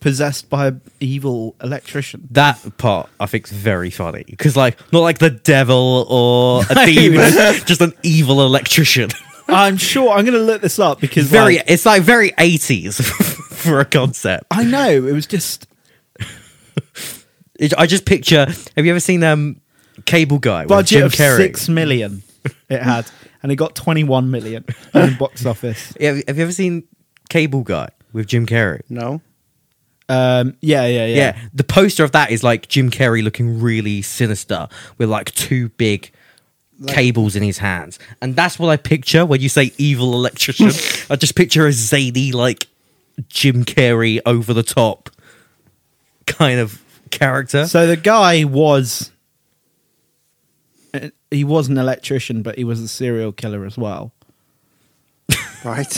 B: possessed by an evil electrician.
A: That part I think is very funny because, like, not like the devil or a demon, just an evil electrician.
B: I'm sure I'm going to look this up because
A: very,
B: like,
A: it's like very eighties for a concept.
B: I know it was just
A: It- I just picture. Have you ever seen um, Cable Guy? with
B: budget
A: Jim
B: of
A: Carrey?
B: six million it had, and it got 21 million in box office.
A: Yeah, have you ever seen Cable Guy with Jim Carrey?
C: No.
B: Um, yeah, yeah, yeah,
A: Yeah. the poster of that is like Jim Carrey looking really sinister with like two big cables in his hands, and that's what I picture when you say evil electrician. I just picture a zany like Jim Carrey over the top kind of character.
B: So the guy was. uh, He was an electrician, but he was a serial killer as well.
C: Right.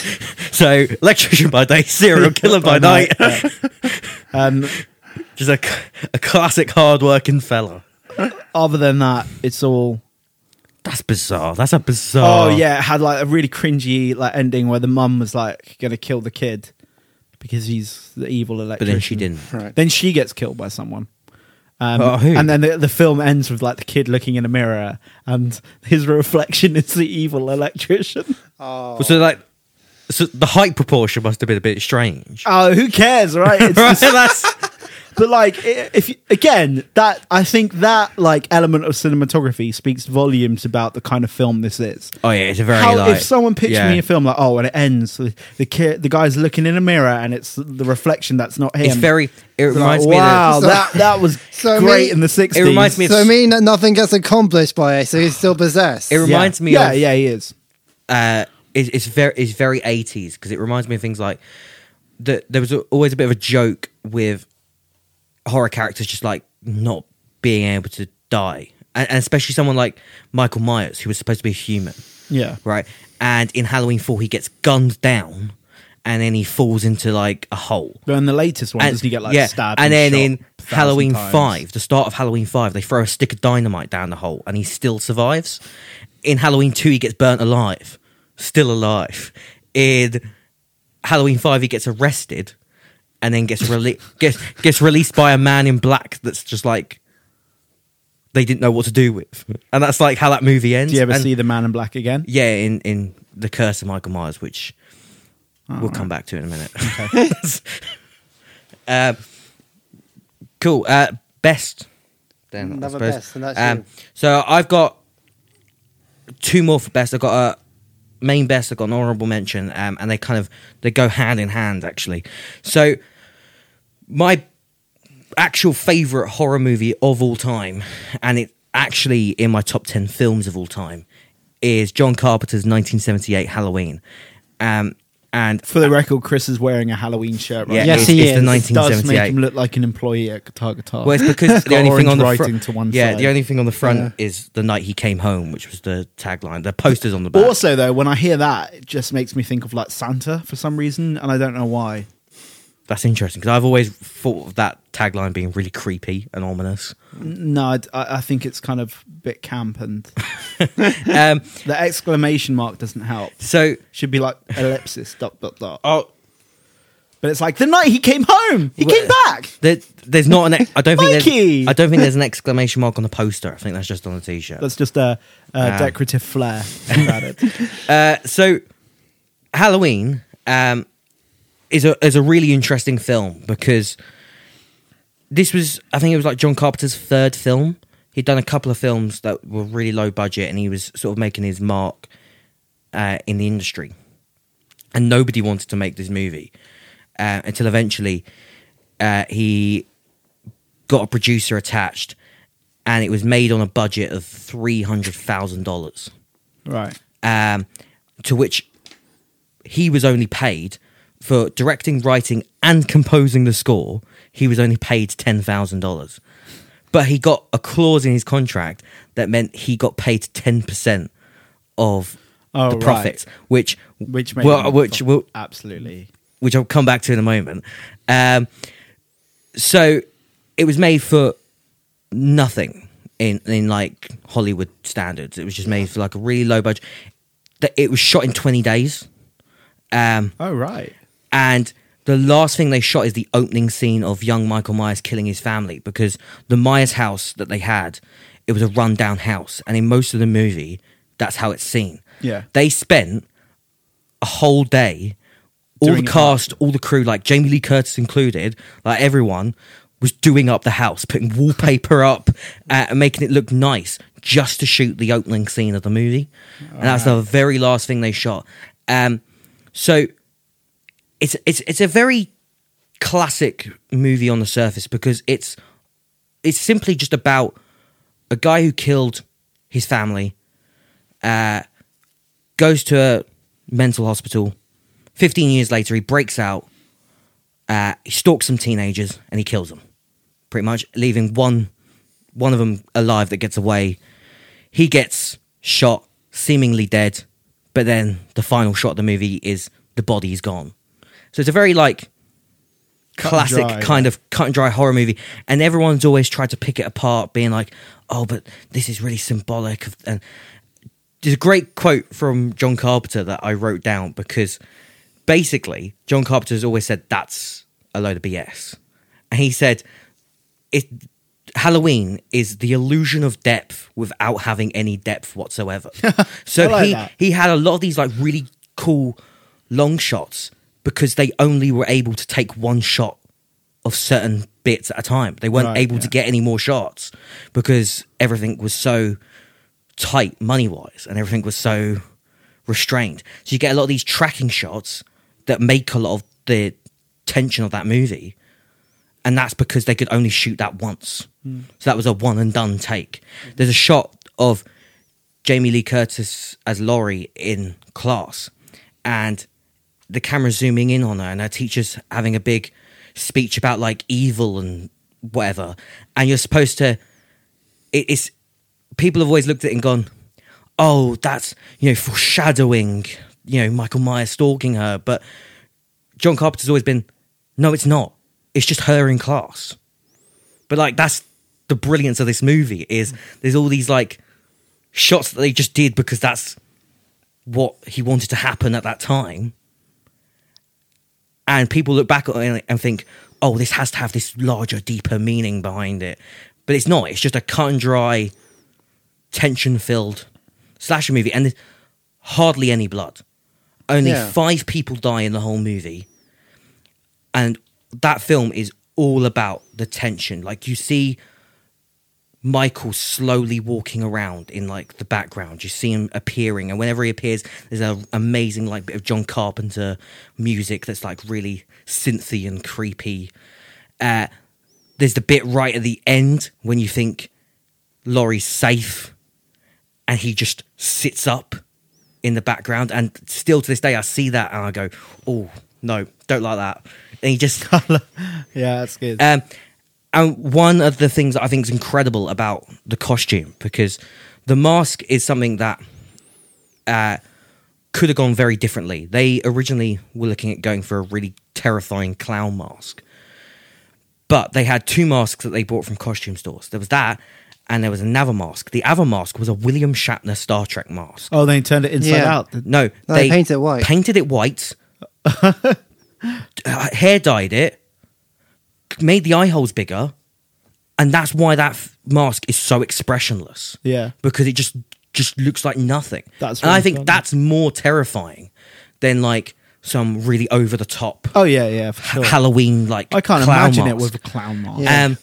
A: So electrician by day, serial killer by night.
B: Um,
A: just a, a classic hard-working fella.
B: other than that, it's all.
A: That's bizarre. That's a bizarre.
B: Oh yeah, it had like a really cringy like ending where the mum was like going to kill the kid because he's the evil
A: but
B: electrician.
A: then she didn't.
C: Right.
B: Then she gets killed by someone. Um,
A: Oh, who?
B: And then the, the film ends with like the kid looking in a mirror, and his reflection is the evil electrician.
C: Oh.
A: So like, so the height proportion must have been a bit strange.
B: Oh, who cares, right? It's
A: right? That's
B: but like i- if you, again that i think that like element of cinematography speaks volumes about the kind of film this is
A: oh yeah, it's a very
B: How,
A: like,
B: if someone pitched
A: yeah.
B: me a film like oh and it ends the, the kid the guy's looking in a mirror and it's the reflection that's not him
A: it's very. It
B: It's like,
A: reminds me.
B: wow
A: Of,
C: the-
B: that that was
C: So
B: great
C: me-
B: in the 60s
A: it reminds me. Of,
C: So I mean that nothing gets accomplished by it, so he's still possessed.
A: It reminds
B: yeah.
A: me
B: yeah
A: of-
B: yeah he is
A: uh, it's, it's very it's very eighties because it reminds me of things like that. There was always a bit of a joke with horror characters just like not being able to die, and, and especially someone like Michael Myers who was supposed to be a human.
B: yeah
A: right? And in Halloween 4, he gets gunned down and then he falls into like a hole.
B: but in the latest one doesn't he get like stabbed
A: and then
B: shot
A: in
B: a thousand
A: Halloween
B: times?
A: 5, the start of Halloween 5, they throw a stick of dynamite down the hole and he still survives. In Halloween 2, he gets burnt alive, still alive. In Halloween 5, he gets arrested and then gets, rele- gets, gets released by a man in black that's just like. They didn't know what to do with, and that's like how that movie ends.
B: do you ever
A: And-
B: see the man in black again
A: yeah, in in the Curse of Michael Myers, which we'll come back to in a minute. um, cool. Uh, best. Then I
C: Another
A: suppose.
C: best, and that's you.
A: so I've got two more for best. I've got a main best. I've got an honourable mention, um, and they kind of they go hand in hand actually. So my actual favorite horror movie of all time, and it actually in my top ten films of all time, is John Carpenter's 1978 Halloween. Um, and
B: For the record, Chris is wearing a Halloween shirt right
A: yeah,
B: now.
C: Yes,
A: it's,
C: he
A: it's the
C: is.
B: It does make
A: 1978.
B: him look like an employee at Guitar Guitar.
A: Well, it's because the
B: got
A: only thing
B: orange
A: on the
B: writing
A: front,
B: to one
A: yeah,
B: side.
A: the only thing on the front is the night he came home, which was the tagline. The posters on the back.
B: also, though, when I hear that, it just makes me think of like Santa for some reason, and I don't know why.
A: That's interesting because I've always thought of that tagline being really creepy and ominous.
B: N- No, I, I think it's kind of a bit camp, and
A: Um,
B: the exclamation mark doesn't help.
A: so,
B: Should be like ellipsis dot dot dot.
A: oh,
B: But it's like the night he came home, he
A: Well,
B: came back.
A: there, there's not an. ex- I don't think there's.
B: Mikey!
A: I don't think there's an exclamation mark on the poster. I think that's just on the t-shirt.
B: That's just a, a
A: Ah.
B: decorative flair. added.
A: Uh, so Halloween um, is a is a really interesting film because this was I think it was like John Carpenter's third film. He'd done a couple of films that were really low budget, and he was sort of making his mark uh, in the industry. And nobody wanted to make this movie uh, until eventually uh, he got a producer attached, and it was made on a budget of three hundred thousand dollars
B: Right.
A: um, to which he was only paid for directing, writing, and composing the score. He was only paid ten thousand dollars, but he got a clause in his contract that meant he got paid ten percent of
B: Oh,
A: the
B: right.
A: profits, which
B: Which made
A: well, uh,
B: him
A: which
B: fuck-
A: will
B: absolutely
A: which I'll come back to in a moment. Um, so it was made for nothing in in like Hollywood standards. It was just made for like a really low budget. That it was shot in twenty days, um,
B: Oh right.
A: and the last thing they shot is the opening scene of young Michael Myers killing his family because the Myers house that they had it was a rundown house, and in most of the movie, that's how it's seen.
B: Yeah.
A: they spent a whole day. All
B: Doing it
A: the cast, all the crew, like Jamie Lee Curtis included, like everyone was doing up the house, putting wallpaper up uh, and making it look nice just to shoot the opening scene of the movie. and that's the very last thing they shot. Um, so it's it's it's a very classic movie on the surface because it's it's simply just about a guy who killed his family goes to a mental hospital. 15 years later, he breaks out, uh, he stalks some teenagers, and he kills them, pretty much, leaving one, one of them alive that gets away. He gets shot, seemingly dead, but then the final shot of the movie is the body's gone. So it's a very like
B: Cut and
A: classic
B: dry.
A: kind of cut and dry horror movie, and everyone's always tried to pick it apart, being like, "Oh, but this is really symbolic," of, and there's a great quote from John Carpenter that I wrote down because basically John Carpenter has always said that's a load of BS, and he said it Halloween is the illusion of depth without having any depth whatsoever. so
B: I like
A: he
B: that.
A: he had a lot of these like really cool long shots because they only were able to take one shot of certain bits at a time. They weren't
B: Right,
A: able to
B: yeah.
A: get any more shots because everything was so tight money wise and everything was so restrained. So you get a lot of these tracking shots that make a lot of the tension of that movie. And that's because they could only shoot that once. So that was a one and done take. There's a shot of Jamie Lee Curtis as Laurie in class, and the camera's zooming in on her, and her teacher's having a big speech about like evil and whatever. And you're supposed to, it, it's people have always looked at it and gone, "Oh, that's you know foreshadowing, you know Michael Myers stalking her." But John Carpenter's always been, "No, it's not. It's just her in class." But like that's the brilliance of this movie is there's all these like shots that they just did because that's what he wanted to happen at that time. And people look back on it and think, oh, this has to have this larger, deeper meaning behind it. But it's not. It's just a cut and dry, tension filled slasher movie. And there's hardly any blood. Only
C: Yeah.
A: five people die in the whole movie. And that film is all about the tension. Like you see Michael slowly walking around in like the background. You see him appearing, and whenever he appears, there's an amazing like bit of John Carpenter music that's like really synthy and creepy. Uh, there's the bit right at the end when you think Laurie's safe, and he just sits up in the background. And still to this day, I see that and I go, "Oh no, don't like that." And he just
B: yeah, that's good.
A: um, and one of the things that I think is incredible about the costume, because the mask is something that uh, could have gone very differently. They originally were looking at going for a really terrifying clown mask, but they had two masks that they bought from costume stores. There was that, and there was another mask. The other mask was a William Shatner Star Trek mask.
B: oh, they turned it inside
C: Yeah.
B: out.
A: No,
C: No, they painted it white.
A: Painted it white. uh, hair dyed it. Made the eye holes bigger, and that's why that f- mask is so expressionless.
B: Yeah.
A: because it just just looks like nothing.
B: That's
A: and I
B: really
A: think
B: fun.
A: that's more terrifying than like some really over the top
B: Oh yeah, yeah. For sure.
A: Halloween like.
B: I can't
A: clown
B: imagine it
A: mask.
B: with a clown mask.
C: Yeah.
A: Um,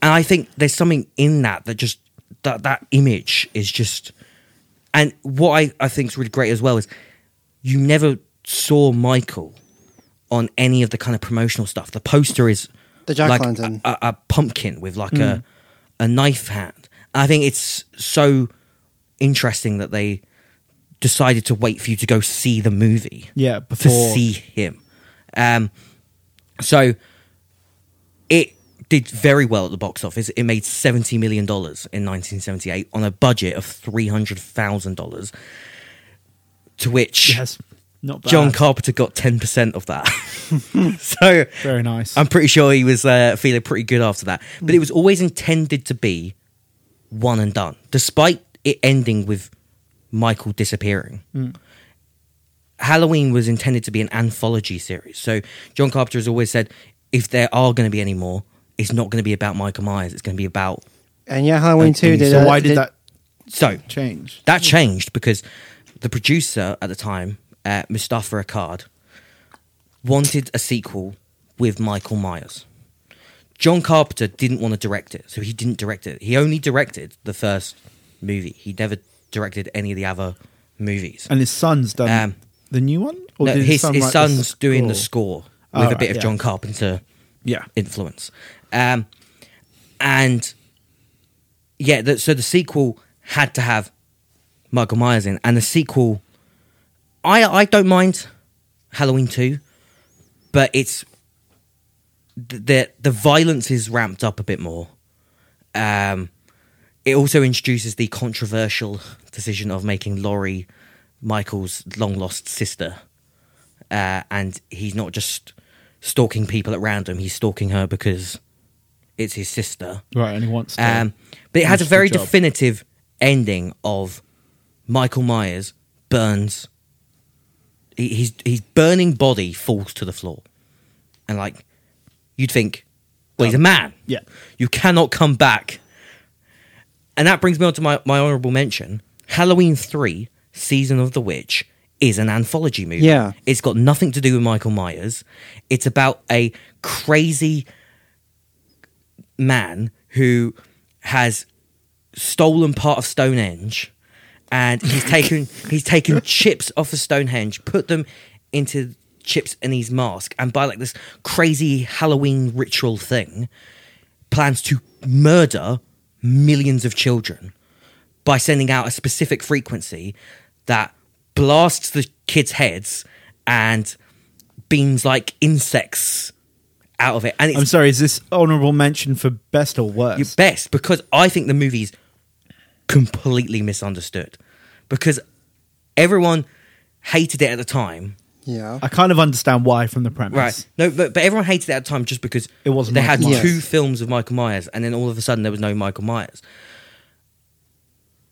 A: and I think there's something in that that just that that image is just, and what I I think is really great as well is you never saw Michael on any of the kind of promotional stuff. The poster is
C: The jack Mm.
A: like
C: lantern.
A: a, a, a pumpkin with like a a knife hand. I think it's so interesting that they decided to wait for you to go see the movie
B: Yeah,
A: to
B: before
A: see him. Um, so it did very well at the box office. It made seventy million dollars in nineteen seventy eight on a budget of three hundred thousand dollars, to which
B: Yes, not bad.
A: John Carpenter got ten percent of that. so
B: Very nice.
A: I'm pretty sure he was uh, feeling pretty good after that. But it was always intended to be one and done, despite it ending with Michael disappearing. Halloween was intended to be an anthology series. So John Carpenter has always said if there are going to be any more, it's not going to be about Michael Myers. It's going to be about.
C: And yeah, Halloween
A: Okay,
C: two did.
B: so
C: a-
B: why did that
A: So
B: change?
A: that changed because the producer at the time, uh, Mustafa Akkad, wanted a sequel with Michael Myers. John Carpenter didn't want to direct it, so he didn't direct it. He only directed the first movie. He never directed any of the other movies.
B: And his son's done
A: Um,
B: the new one, or
A: No,
B: did
A: his,
B: son
A: his
B: write
A: son's doing the
B: score?
A: score
B: Oh,
A: with a
B: right,
A: bit of
B: yeah.
A: John Carpenter
B: Yeah,
A: influence. Um, and yeah, the, so the sequel had to have Michael Myers in, and the sequel, I I don't mind Halloween two, but it's the the, the violence is ramped up a bit more. Um, it also introduces the controversial decision of making Laurie Michael's long lost sister. Uh, and he's not just stalking people at random, he's stalking her because it's his sister.
B: right. And he wants to.
A: Um, but it has a
B: Interesting
A: very
B: job.
A: definitive ending of Michael Myers burns. he- His his burning body falls to the floor, and like you'd think, well, he's a man.
B: Um, yeah.
A: you cannot come back. And that brings me on to my, my honorable mention. Halloween three, season of the witch, is an anthology movie.
C: Yeah.
A: it's got nothing to do with Michael Myers. It's about a crazy man who has stolen part of Stonehenge, and he's taken he's taken chips off of Stonehenge, put them into chips in his mask, and by like this crazy Halloween ritual thing, plans to murder millions of children by sending out a specific frequency that blasts the kids' heads and beams like insects out of it. And it's
B: I'm sorry. Is this honorable mention for best or worst?
A: your best because I think the movie's completely misunderstood because everyone hated it at the time.
C: Yeah.
B: I kind of understand why from the premise.
A: Right. No, but, but everyone hated it at the time just because
B: It wasn't
A: they
B: Michael
A: had
C: Myers.
A: two films of Michael Myers and then all of a sudden there was no Michael Myers.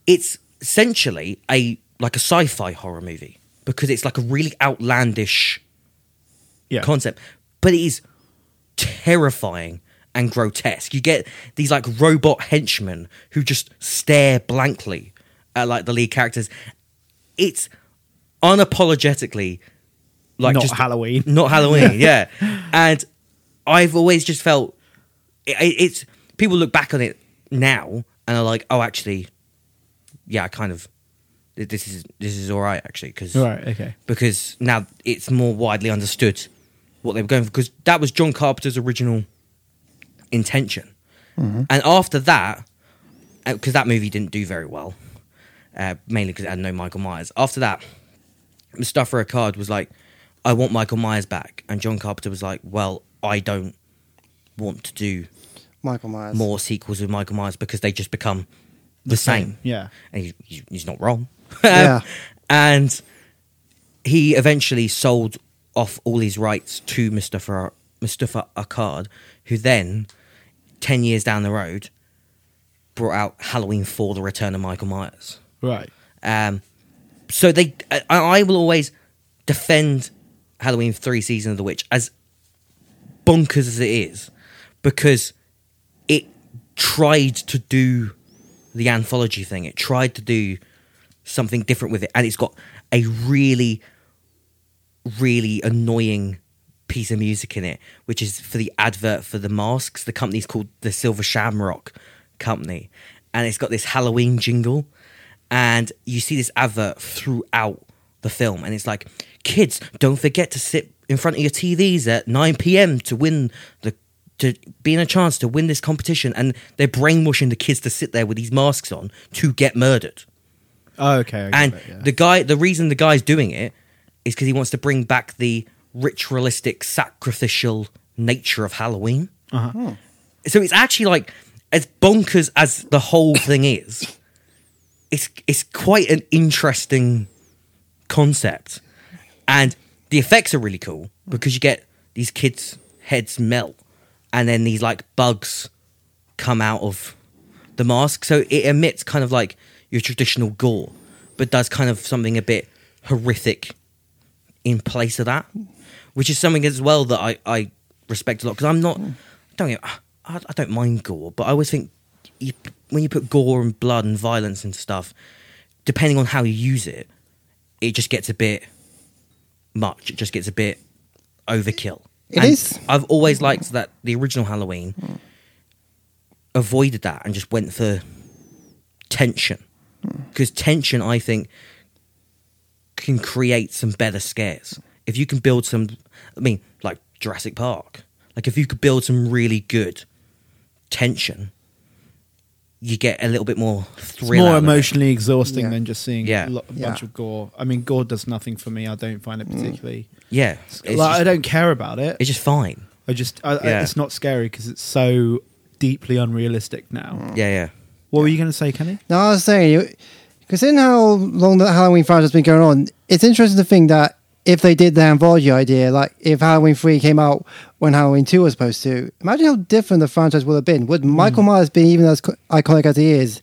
A: It's essentially a like a sci-fi horror movie because it's like a really outlandish
B: Yeah.
A: concept, but it is terrifying and grotesque. You get these like robot henchmen who just stare blankly at like the lead characters. It's unapologetically like
B: Not
A: just
B: Halloween.
A: not Halloween, yeah. And I've always just felt it, it- it's people look back on it now and are like, oh, actually, yeah, I kind of th- this is this is all right actually because
B: Right. Okay.
A: because now it's more widely understood what they were going for because that was John Carpenter's original intention. And after that, because that movie didn't do very well, uh, mainly because it had no Michael Myers. After that, Mustafa Akkad was like, "I want Michael Myers back," and John Carpenter was like, "Well, I don't want to do
C: Michael Myers.
A: more sequels with Michael Myers because they just become the, same.
B: Yeah.
A: And he, he- he's not wrong.
C: Yeah.
A: and he eventually sold off all his rights to Mustafa Mustafa Akkad, who then, ten years down the road, brought out Halloween for the Return of Michael Myers.
B: Right.
A: Um, so they, I, I will always defend Halloween three season of the witch as bonkers as it is, because it tried to do the anthology thing. It tried to do something different with it, and it's got a really, really annoying piece of music in it, which is for the advert for the masks. The company's called the Silver Shamrock Company, and it's got this Halloween jingle, and you see this advert throughout the film, and it's like, kids, don't forget to sit in front of your TVs at 9 p.m. to win the to being a chance to win this competition and they're brainwashing the kids to sit there with these masks on to get murdered
B: Oh, okay. I get
A: and
B: it, yeah.
A: the guy, the reason the guy's doing it is because he wants to bring back the ritualistic, sacrificial nature of Halloween.
B: Uh-huh.
A: So it's actually like as bonkers as the whole thing is. It's it's quite an interesting concept, and the effects are really cool because you get these kids' heads melt, and then these like bugs come out of the mask. So it emits kind of like your traditional gore, but does kind of something a bit horrific in place of that, which is something as well that I, I respect a lot because I'm not
C: Mm.
A: don't get, I, I don't mind gore, but I always think you, when you put gore and blood and violence and stuff, depending on how you use it, it just gets a bit much. It just gets a bit overkill.
C: It
A: And
C: is. Mm.
A: I've always liked that the original Halloween avoided that and just went for tension because tension i think can create some better scares if you can build some i mean like jurassic park like if you could build some really good tension you get a little bit more
B: it's
A: thrill
B: more
A: out of it.
B: emotionally exhausting
C: Yeah.
B: than just seeing
A: Yeah.
B: a, lot, a
C: Yeah. Mm.
B: bunch of gore. I mean, gore does nothing for me. I don't find it particularly.
A: yeah it's,
B: Like,
A: just,
B: I don't care about it.
A: it's just fine
B: I just I, I-
A: Yeah.
B: it's not scary because it's so deeply unrealistic now.
C: Mm.
A: yeah yeah
B: What were you going to say, Kenny?
C: No, I was saying, because in how long the Halloween franchise has been going on, it's interesting to think that if they did the anthology idea, like if Halloween 3 came out when Halloween 2 was supposed to, imagine how different the franchise would have been. Would Michael Myers be even as co- iconic as he is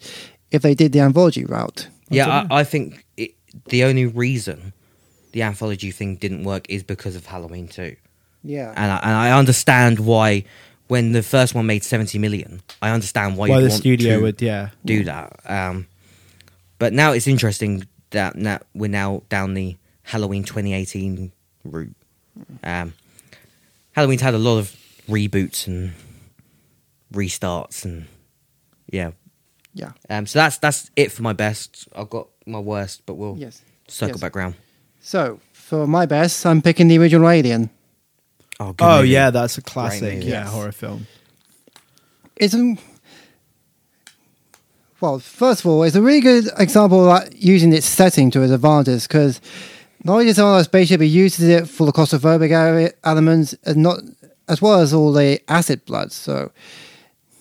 C: if they did the anthology route?
A: yeah i, I think it, the only reason the anthology thing didn't work is because of halloween 2
C: Yeah.
A: and I, and I understand why when the first one made 70 million i understand why,
B: Why
A: you'd
B: the
A: want
B: studio
A: to
B: would yeah
A: do that um, but now it's interesting that now we're now down the halloween 2018 route
C: Mm.
A: um, halloween's had a lot of reboots and restarts and yeah
C: yeah.
A: um, so that's that's it for my best i've got my worst but we'll
C: Yes.
A: circle
C: Yes.
A: back round
C: So, for my best, I'm picking the original Alien.
A: oh, good
B: Oh
A: movie.
B: yeah, that's a classic.
A: movie,
B: Yeah,
A: yes.
B: horror film.
C: isn't well first of all it's a really good example of like, using its setting to its advantage because not only is it on a spaceship it uses it for the claustrophobic area- elements and not as well as all the acid blood so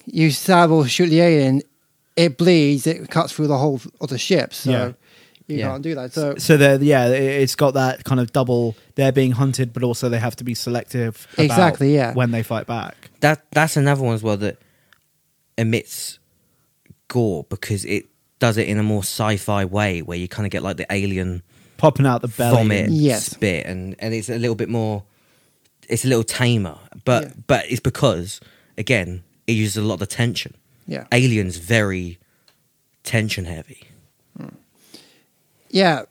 C: you stab or shoot the alien it bleeds it cuts through the whole of the ship so
B: Yeah.
C: you
A: Yeah.
C: can't do that so
B: So they're yeah, it- it's got that kind of double. They're being hunted, but also they have to be selective. About
C: Exactly, yeah.
B: when they fight back.
A: that that's another one as well that emits gore because it does it in a more sci-fi way where you kind of get like the alien
B: Popping out the belly.
A: vomit
C: Yes.
A: spit and and it's a little bit more it's a little tamer but
C: Yeah.
A: but it's because again it uses a lot of tension
C: yeah
A: aliens very tension heavy
C: Yeah,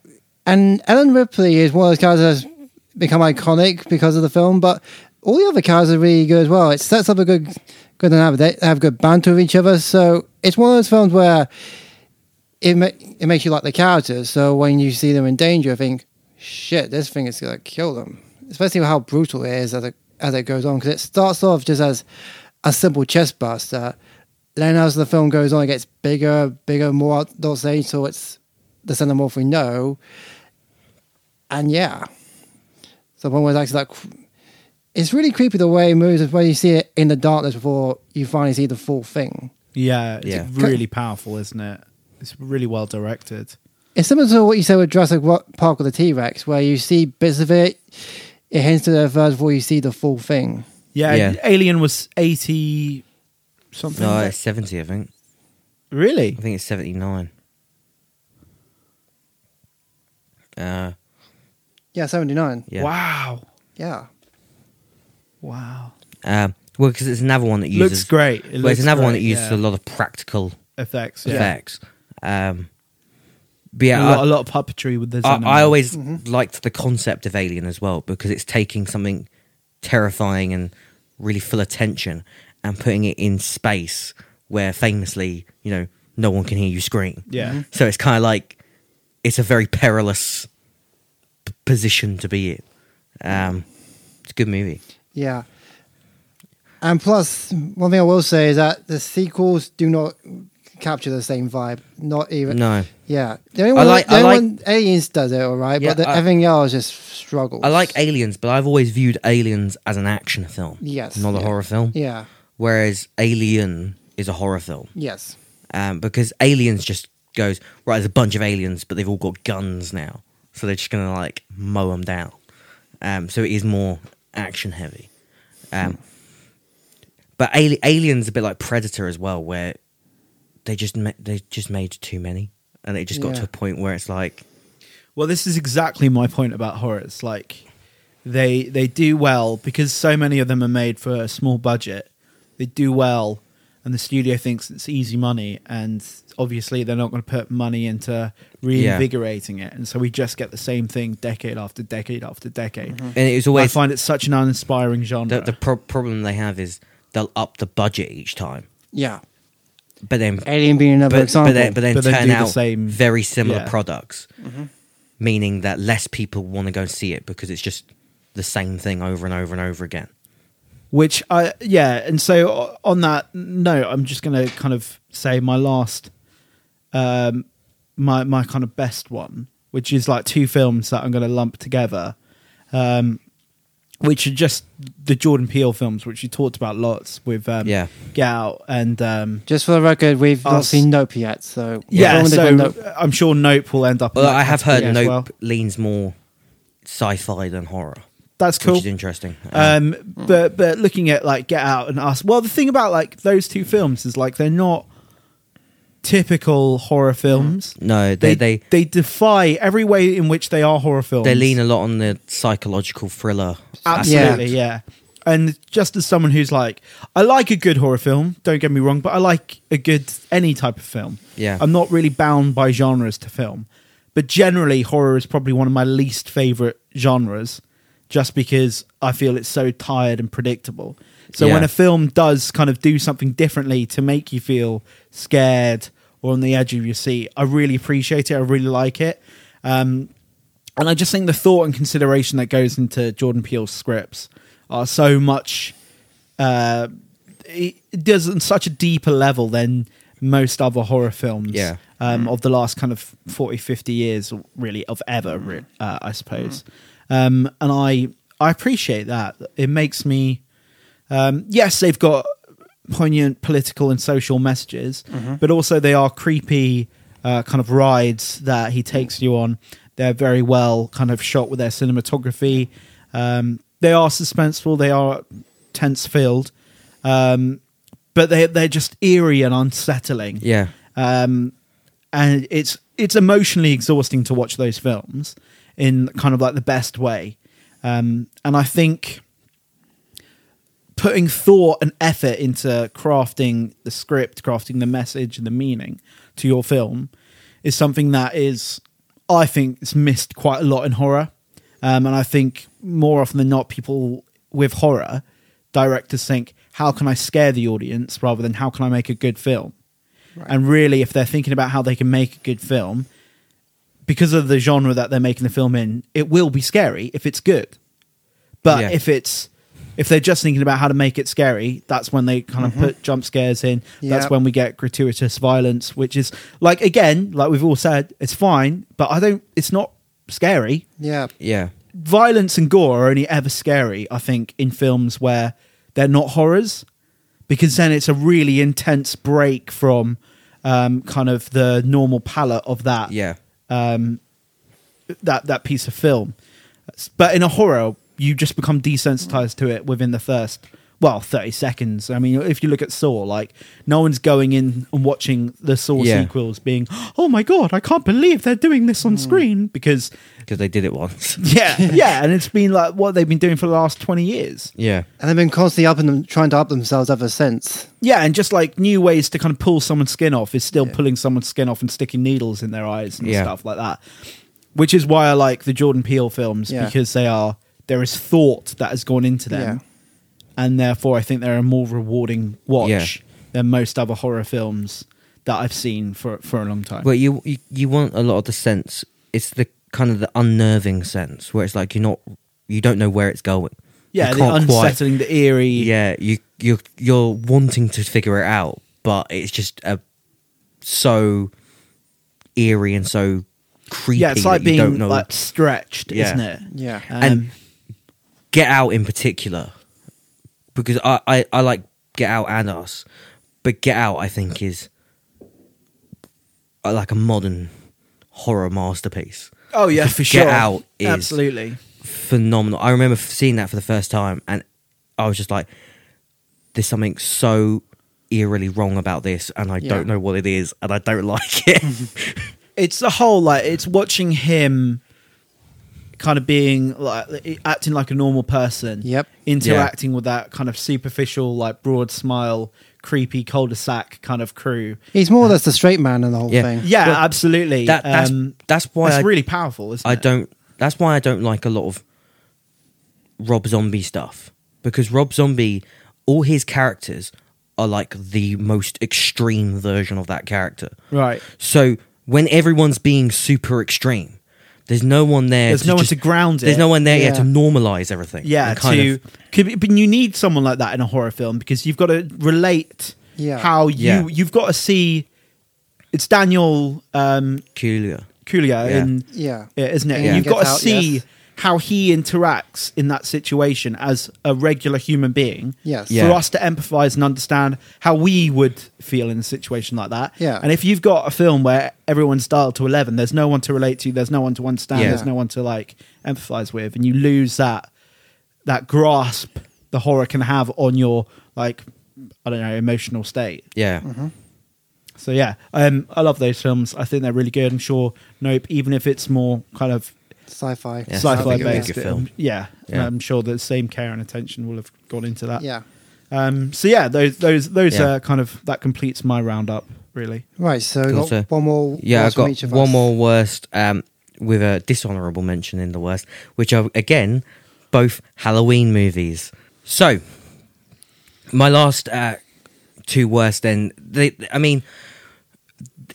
C: and Ellen Ripley is one of those characters that's become iconic because of the film, but all the other characters are really good as well. It sets up a good good enough. They have good banter with each other. So it's one of those films where it ma- it makes you like the characters. So when you see them in danger, I think, shit, this thing is gonna kill them. Especially with how brutal it is as it as it goes on, because it starts off just as a simple chest buster. Then as the film goes on, it gets bigger, bigger, more adult stage. So it's the xenomorph we know, and yeah, so one was actually like, it's really creepy the way it moves, is when you see it in the darkness before you finally see the full thing.
B: Yeah, it's
A: Yeah.
B: really powerful, isn't it? It's really well directed.
C: It's similar to what you said with Jurassic Wa- Park with the T Rex, where you see bits of it, it hints to the first before you see the full thing.
B: Yeah,
A: Yeah.
B: Alien was eighty something.
A: No, it's 70, I think.
B: really?
A: I think it's 79. Uh,
C: Yeah, 79.
A: yeah.
B: Wow,
C: Yeah.
B: wow.
A: Um, well, because it's another one that uses.
B: looks great. It
A: well,
B: looks
A: it's another one that
B: great,
A: uses
B: yeah.
A: a lot of practical
B: effects. Yeah.
A: effects. Um, but yeah,
B: a, lot,
A: I-
B: a lot of puppetry with the.
A: I,
B: xenomorph.
A: I always
C: Mm-hmm.
A: liked the concept of Alien as well because it's taking something terrifying and really full of tension and putting it in space where famously, you know, no one can hear you scream.
B: Yeah. Mhm.
A: So it's kind of like it's a very perilous p- position to be in. Um, it's a good movie.
C: Yeah. And plus, one thing I will say is that the sequels do not capture the same vibe. Not even.
A: No.
C: Yeah. The only one,
A: like-
C: the
A: I
C: only
A: like-
C: one Aliens does it all right,
A: Yeah,
C: but the,
A: I-
C: everything else just struggles.
A: I like Aliens, but I've always viewed Aliens as an action film.
C: Yes,
A: Not a
C: yeah.
A: horror film.
C: Yeah.
A: Whereas Alien is a horror film.
C: Yes.
A: um, because aliens just goes right. There's a bunch of aliens, but they've all got guns now, so they're just gonna like mow them down. Um, so it is more action heavy. Um, but Ali- aliens a bit like Predator as well, where they just ma- they just made too many, and it just got
C: Yeah.
A: to a point where it's like,
B: Well, this is exactly my point about horrors. Like, they they do well because so many of them are made for a small budget. They do well, and the studio thinks it's easy money, and obviously they're not going to put money into reinvigorating it, and so we just get the same thing decade after decade after decade.
A: and it was Mm-hmm.
B: I
A: always
B: find it such an uninspiring genre.
A: the, the pro- problem they have is they'll up the budget each time,
C: Yeah.
A: but then
C: Alien being another
A: but, but
C: example.
A: then, but then
B: But they
A: turn
B: do the
A: out
B: same-
A: very similar
B: yeah. Mm-hmm.
A: products, meaning that less people want to go see it because it's just the same thing over and over and over again.
B: which I yeah, and so o- on that note, I'm just gonna kind of say my last, um, my my kind of best one, which is like two films that I'm gonna lump together, um, which are just the Jordan Peele films, which you talked about lots with um,
A: Yeah.
B: Get Out and um,
C: Just for the record, we've not
B: Us.
C: seen Nope yet, so
B: yeah,
C: Everyone did
B: so
C: on Nope.
B: I'm sure Nope will end up. in
A: Although
B: that
A: I have heard
B: category as
A: Nope
B: well.
A: leans more sci-fi than horror,
B: That's cool.
A: which is interesting. Um,
B: um but but looking at like get out and us well the thing about like those two films is like they're not typical horror films
A: no, Mm-hmm. they
B: they
A: they,
B: they defy every way in which they are horror films
A: they lean a lot on the psychological thriller.
B: Ah. absolutely yeah. and just as someone who's like i like a good horror film don't get me wrong but i like a good any type of film
A: Yeah.
B: i'm not really bound by genres to film but generally horror is probably one of my least favorite genres just because i feel it's so tired and predictable so
A: Yeah.
B: when a film does kind of do something differently to make you feel scared or on the edge of your seat i really appreciate it i really like it um, and I just think the thought and consideration that goes into Jordan Peele's scripts are so much. Uh, it it does on such a deeper level than most other horror films
A: Yeah.
B: um, of the last kind of 40, 50 years, really, of ever, re- uh, I suppose. Um, and I, I appreciate that. It makes me. Um, yes, they've got poignant political and social messages, but also they are creepy uh, kind of rides that he takes you on. They're very well kind of shot with their cinematography. Um, they are suspenseful. They are tense filled, um, but they they're just eerie and unsettling
A: Yeah,
B: um, and it's it's emotionally exhausting to watch those films in kind of like the best way. Um, and I think putting thought and effort into crafting the script, crafting the message and the meaning to your film is something that is, I think, is missed quite a lot in horror. Um, and I think more often than not, people with horror directors think, how can I scare the audience rather than how can I make a good film. And really, if they're thinking about how they can make a good film, because of the genre that they're making the film in, it will be scary if it's good. But
A: Yeah.
B: if it's if they're just thinking about how to make it scary, that's when they kind of put jump scares in. That's
C: Yeah.
B: when we get gratuitous violence, which is like again, like we've all said, it's fine, but I don't. It's not scary.
C: Yeah.
A: Yeah.
B: Violence and gore are only ever scary, I think, in films where they're not horrors, because then it's a really intense break from um, kind of the normal palette of that
A: Yeah.
B: that that piece of film. But in a horror, you just become desensitized to it within the first well, thirty seconds. I mean, if you look at Saw, like no one's going in and watching the Saw
A: Yeah. Mm.
B: sequels, being oh my god, I can't believe they're doing this on screen because
A: Because they did it once.
B: yeah, yeah, and it's been like what they've been doing for the last twenty years.
A: yeah.
C: And they've been constantly upping them, trying to up themselves ever since.
B: Yeah, and just like new ways to kind of pull someone's skin off is still pulling someone's skin off and sticking needles in their eyes and
A: Yeah.
B: stuff like that. Which is why I like the Jordan Peele films
C: Yeah.
B: because they are there is thought that has gone into them, and therefore I think they're a more rewarding watch
A: Yeah.
B: than most other horror films that I've seen for for a long time.
A: Well, you, you you want a lot of the sense. It's the kind of the unnerving sense where it's like you're not, you don't know where it's going.
B: yeah,
A: You
B: the
A: can't quite-
B: unsettling, the eerie.
A: yeah, you you you're wanting to figure it out, but it's just a so eerie and so creepy.
B: yeah, it's like
A: that you
B: being
A: don't know.
B: like stretched,
A: Yeah.
B: isn't it?
C: Yeah.
B: Um,
A: And- Get Out in particular, because I, I, I like Get Out and Us, but Get Out I think is uh, like a modern horror masterpiece.
B: oh yeah, for
A: Get
B: sure.
A: Out is-
B: absolutely.
A: Phenomenal. I remember f- seeing that for the first time, and I was just like, "There's something so eerily wrong about this, and I
C: Yeah.
A: don't know what it is, and I don't like it."
B: it's the whole like it's watching him kind of being like acting like a normal person
C: Yep.
B: interacting with that kind of superficial like broad smile creepy cul-de-sac kind of crew
C: He's more or less the straight man in the whole
A: Yeah.
C: thing.
B: yeah
A: Well,
B: absolutely
A: that, that's
B: Um,
A: that's why
B: that's
A: I,
B: really powerful isn't
A: I
B: it?
A: don't. That's why I don't like a lot of Rob Zombie stuff because Rob Zombie, all his characters are like the most extreme version of that character.
B: right
A: So when everyone's being super extreme, there's no one there.
B: There's no one
A: just-
B: to ground it.
A: There's no one there yet to
C: Yeah.
A: normalize everything.
B: yeah
A: and kind
B: to
A: of-
B: could be- but you need someone like that in a horror film because you've got to relate
C: Yeah.
B: how you
A: Yeah.
B: you've got to see it's daniel um
A: peculiar.
B: Coolio
A: Yeah.
B: in
C: Yeah.
B: yeah, isn't it?
C: Yeah.
B: You've got to
C: Gets out,
B: see
C: yes.
B: how he interacts in that situation as a regular human being.
C: Yes.
B: For
A: Yeah.
B: us to empathize and understand how we would feel in a situation like that.
C: Yeah.
B: And if you've got a film where everyone's dialed to eleven, there's no one to relate to, there's no one to understand,
A: Yeah.
B: there's no one to like empathize with, and you lose that that grasp the horror can have on your like I don't know, emotional state.
A: Yeah,
B: Mm-hmm. So yeah, um, I love those films. I think they're really good. I'm sure Nope, even if it's more kind of
C: Sci-fi.
A: Yeah.
B: sci-fi
A: that'd be a really
B: based,
A: good
B: um,
A: film.
B: yeah,
A: Yeah.
B: I'm sure the same care and attention will have gone into that.
C: Yeah.
B: Um, so yeah, those those those
A: Yeah.
B: are kind of that completes my roundup really.
C: Right. So we've
A: Cool,
C: got
A: so-
C: one more.
A: yeah.
C: words
A: I've
C: from
A: got
C: each of
A: one
C: us.
A: more worst um, with a dishonorable mention in the worst, which are again both Halloween movies. So my last uh, two worst. Then they, I mean,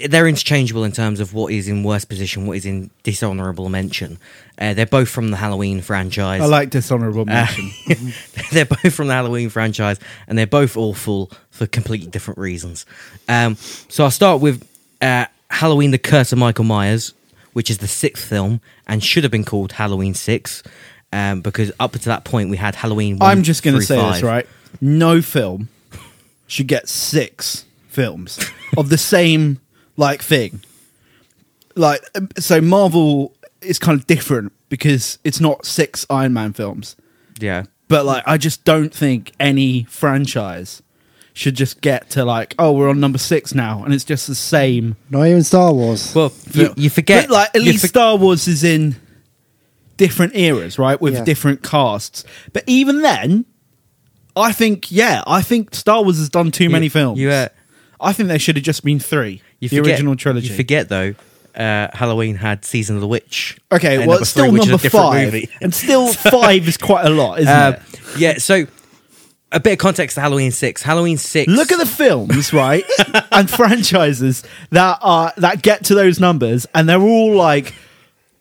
A: they're interchangeable in terms of what is in worst position, what is in dishonorable mention. Uh, they're both from the Halloween franchise.
B: I like
A: Ah.
B: dishonorable mention.
A: they're both from the Halloween franchise, and they're both awful for completely different reasons. Um, so I'll start with uh, Halloween: The Curse of Michael Myers, which is the sixth film and should have been called Halloween Six, um, because up to that point we had Halloween. One
B: I'm just going to
A: through
B: say this
A: five.
B: right: no film should get six films of the same like thing. Like um, so, Marvel is kind of different because it's not six Iron Man films,
A: Yeah,
B: but like I just don't think any franchise should just get to like oh we're on number six now and it's just the same.
C: Not even Star Wars.
A: well, you,
B: film.
A: you forget
B: But, like at
A: you
B: least
A: for-
B: Star Wars is in different eras, right, with
C: Yeah.
B: different casts. But even then, I think yeah, I think Star Wars has done too many films.
A: you, uh,
B: I think there should have just been three.
A: you
B: the
A: forget-
B: original trilogy.
A: You forget though. Uh, Halloween had season of the witch.
B: okay,
A: uh,
B: well, it's
A: three,
B: still
A: which is a Uh,
B: number
A: different
B: five,
A: movie.
B: and still five is quite a lot, isn't
A: Uh,
B: it?
A: yeah, Um, so a bit of context to Halloween Six. Halloween Six.
B: Look at the films, right, and franchises that are that get to those numbers, and they're all like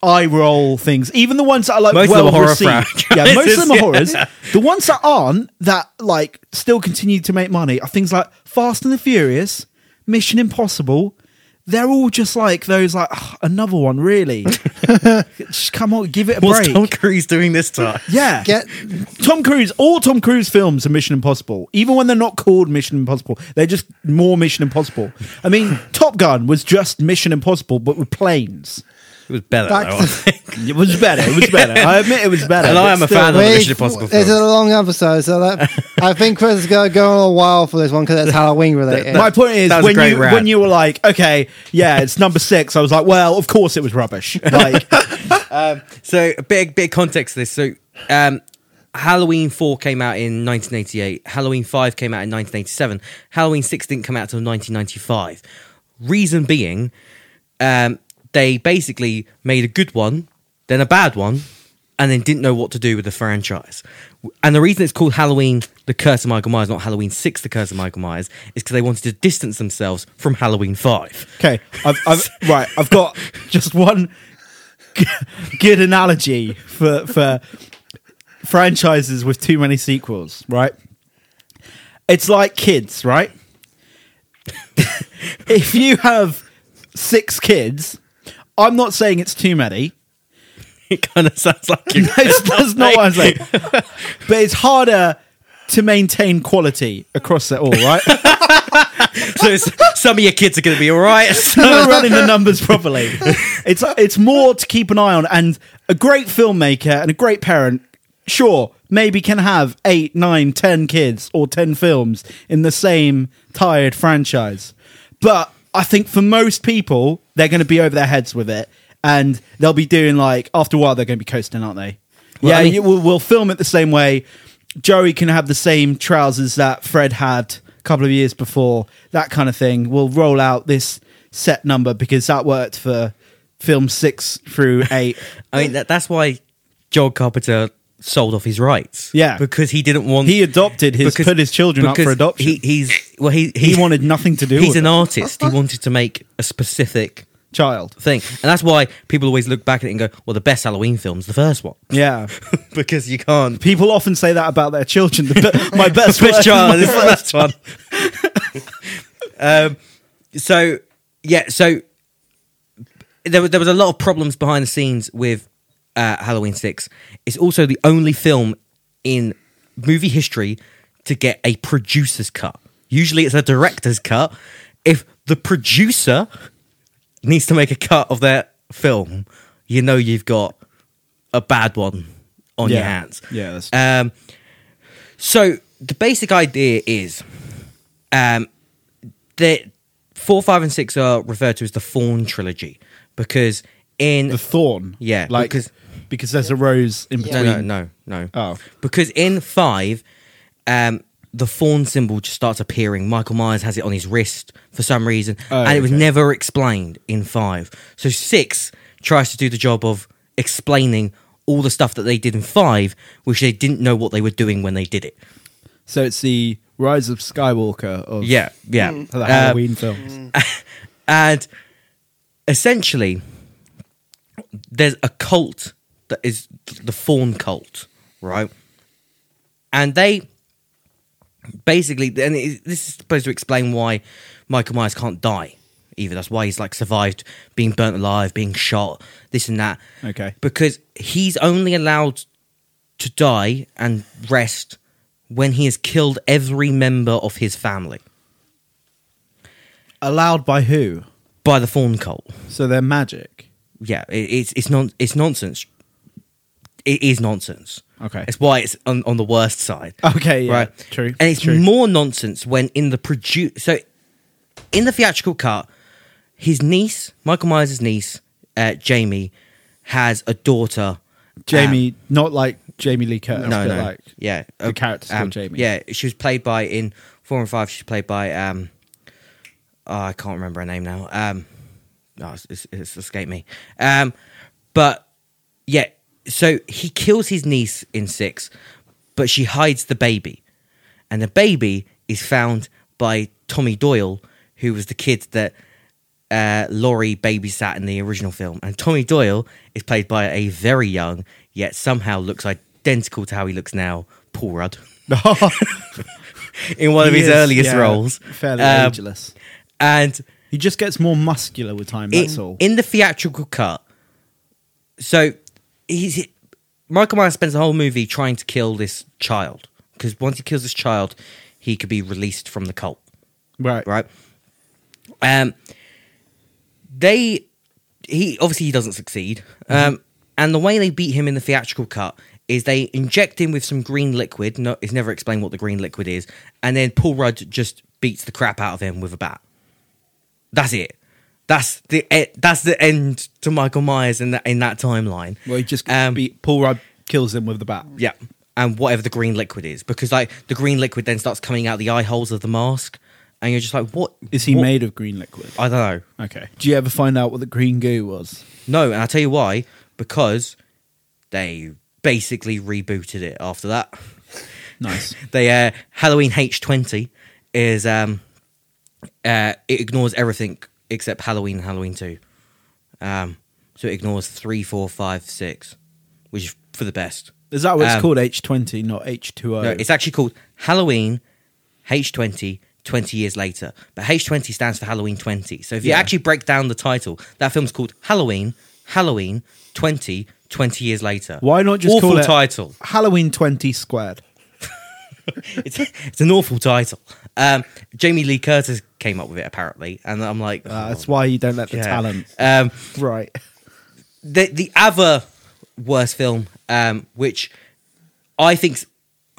B: eye roll things. Even the ones that are like
A: Most of
B: well
A: them are horror
B: received, yeah,
A: franchises,
B: most of them are
A: yeah.
B: horrors. The ones that aren't that like still continue to make money are things like Fast and the Furious, Mission Impossible. They're all just like those, like "Ugh, another one, really. just come on, give it a
A: what's
B: break.
A: Tom Cruise doing this time?
B: Yeah.
C: Get-
B: Tom Cruise, all Tom Cruise films are Mission Impossible. Even when they're not called Mission Impossible, they're just more Mission Impossible. I mean, Top Gun was just Mission Impossible, but with planes.
A: It was better.
C: Back
A: though,
C: to-
A: I think.
B: It was better. It was better. I admit it was better.
A: And I
B: but
A: am a
B: still-
A: fan of- the
C: Wait,
A: Mission Impossible
C: It's
A: films.
C: a long episode, so that, I think Chris is going to go on a while for this one because it's Halloween related.
B: My point is,
A: That was a
B: when
A: great
B: you
A: rant.
B: when you were like, okay, yeah, it's number six, I was like, well, of course it was rubbish. Like,
A: So a bit bit of context to this. So um, Halloween four came out in 1988. Halloween five came out in 1987. Halloween six didn't come out till 1995. Reason being, um, they basically made a good one, then a bad one, and then didn't know what to do with the franchise. And the reason it's called Halloween: The Curse of Michael Myers, not Halloween Six: The Curse of Michael Myers, is because they wanted to distance themselves from Halloween Five.
B: okay, I've, I've right, I've got just one g- good analogy for for franchises with too many sequels, right? It's like kids, right? if you have six kids, I'm not saying it's too many.
A: It kind of sounds like you.
B: That's, that's not what I'm saying. But it's harder to maintain quality across it all, right?
A: so it's- some of your kids are going to be all right.
B: Not running the numbers properly. It's it's more to keep an eye on. And a great filmmaker and a great parent, sure, maybe can have eight, nine, ten kids or ten films in the same tired franchise. But I think for most people, they're going to be over their heads with it, and they'll be doing like after a while, they're going to be coasting, aren't they?
A: Well,
B: yeah,
A: I mean-
B: you, we'll, we'll film it the same way. Joey can have the same trousers that Fred had a couple of years before, that kind of thing. We'll roll out this set number because that worked for film six through eight.
A: I mean, that, that's why Joel Carpenter sold off his rights.
B: Yeah.
A: because he didn't want
B: he adopted his,
A: because-
B: put his children up
A: because
B: for adoption.
A: He,
B: He,
A: he's well, he he,
B: wanted nothing to do
A: He's
B: with
A: an
B: it.
A: artist. He wanted to make a specific
B: child.
A: thing, and that's why people always look back at it and go, "Well, the best Halloween film's the first one,"
B: Yeah.
A: because you can't.
B: People often say that about their children. The be- my best
A: Which
B: work-
A: child
B: my
A: is the
B: best-
A: first one? um, so yeah, so there was there was a lot of problems behind the scenes with uh, Halloween Six. It's also the only film in movie history to get a producer's cut. Usually, it's a director's cut. If the producer needs to make a cut of their film, you know you've got a bad one on your
B: Yeah.
A: hands.
B: Yeah, that's-
A: Um, so the basic idea is, um, that four, five, and six are referred to as the Fawn trilogy because in
B: The thorn.
A: Yeah,
B: Like, because,
A: because-
B: there's a rose in
A: no,
B: between.
A: no, no, no.
B: Oh.
A: Because in five, um, the fawn symbol just starts appearing. Michael Myers has it on his wrist for some reason,
B: Oh,
A: and it was
B: okay.
A: never explained in five. So six tries to do the job of explaining all the stuff that they did in five, which they didn't know what they were doing when they did it.
B: So it's the Rise of Skywalker of
A: Yeah, yeah.
B: the
A: Um,
B: Halloween films.
A: And essentially, there's a cult that is the Fawn cult, right? And they basically, and it, this is supposed to explain why Michael Myers can't die either. That's why he's like survived being burnt alive, being shot, this and that.
B: Okay.
A: Because he's only allowed to die and rest when he has killed every member of his family
B: Allowed by who?
A: by the Fawn cult.
B: So they're magic.
A: yeah, it, it's it's non it's nonsense. It is nonsense.
B: Okay.
A: it's why it's on, on the worst side.
B: Okay, yeah. True.
A: And it's
B: true.
A: more nonsense when in the produce. So, in the theatrical cut, his niece, Michael Myers' niece, uh, Jamie, has a daughter.
B: Jamie, not like Jamie Lee Curtis,
A: Um, no,
B: but
A: no,
B: like
A: yeah,
B: the
A: uh,
B: character's called
A: um,
B: Jamie.
A: Yeah, she was played by in four and five. She's played by um, oh, I can't remember her name now. Um, oh, it's, it's, it's escaped me. Um, but yeah, so he kills his niece in six, but she hides the baby, and the baby is found by Tommy Doyle, who was the kid that uh, Laurie babysat in the original film. And Tommy Doyle is played by a very young, yet somehow looks identical to how he looks now, Paul Rudd, in one of his earliest roles.
B: Fairly
A: Um,
B: ageless.
A: And
B: He just gets more muscular with time. That's
A: in,
B: all.
A: in the theatrical cut, so he's Michael Myers spends the whole movie trying to kill this child because once he kills this child, he could be released from the cult,
B: right.
A: right? Um, they he obviously he doesn't succeed,
B: Mm-hmm.
A: um, and the way they beat him in the theatrical cut is they inject him with some green liquid. No, it's never explained what the green liquid is, and then Paul Rudd just beats the crap out of him with a bat that's it. That's the e- that's the end to Michael Myers in that in that timeline.
B: Well, he just
A: Um,
B: be, Paul Rudd kills him with the bat.
A: yeah, and whatever the green liquid is, because like the green liquid then starts coming out the eye holes of the mask, and you're just like, what
B: Is he
A: what-
B: made of green liquid?
A: I don't know.
B: Okay. Do you ever find out what the green goo was?
A: No, and I'll tell you why. Because they basically rebooted it after that.
B: Nice.
A: They uh, Halloween H twenty is um uh it ignores everything except Halloween and Halloween two. Um so it ignores three, four, five, six, which is for the best.
B: Is that what it's
A: Um,
B: called? H twenty, not H two O.
A: No, it's actually called Halloween H20 20 years later. But H20 stands for Halloween 20. So if you
B: Yeah.
A: actually break down the title, that film's called Halloween Halloween 20 20 years later.
B: Why not just
A: awful
B: call it
A: title?
B: Halloween twenty squared?
A: It's, it's an awful title. Um, Jamie Lee Curtis came up with it apparently, and I'm like,
B: Uh,
A: oh,
B: that's why you don't let the
A: yeah.
B: talent.
A: Um,
B: Right.
A: the the other worst film, um, which I think's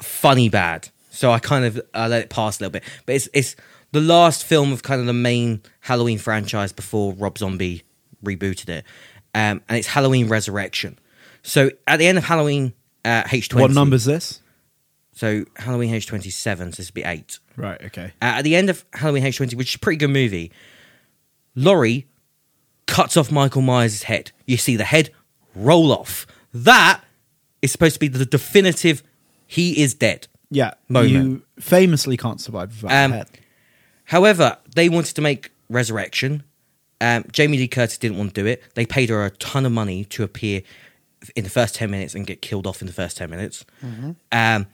A: funny bad, so I kind of I let it pass a little bit. But it's it's the last film of kind of the main Halloween franchise before Rob Zombie rebooted it, um, and it's Halloween Resurrection. So at the end of Halloween uh, H twenty,
B: What number's this?
A: So Halloween H twenty seven, so this would be eight.
B: Right. Okay.
A: Uh, at the end of Halloween H20, which is a pretty good movie, Laurie cuts off Michael Myers' head. You see the head roll off. That is supposed to be the definitive he is dead.
B: Yeah.
A: Moment.
B: You famously can't survive without
A: Um,
B: a head.
A: However, they wanted to make Resurrection. Um, Jamie Lee Curtis didn't want to do it. They paid her a ton of money to appear in the first 10 minutes and get killed off in the first 10 minutes. Um,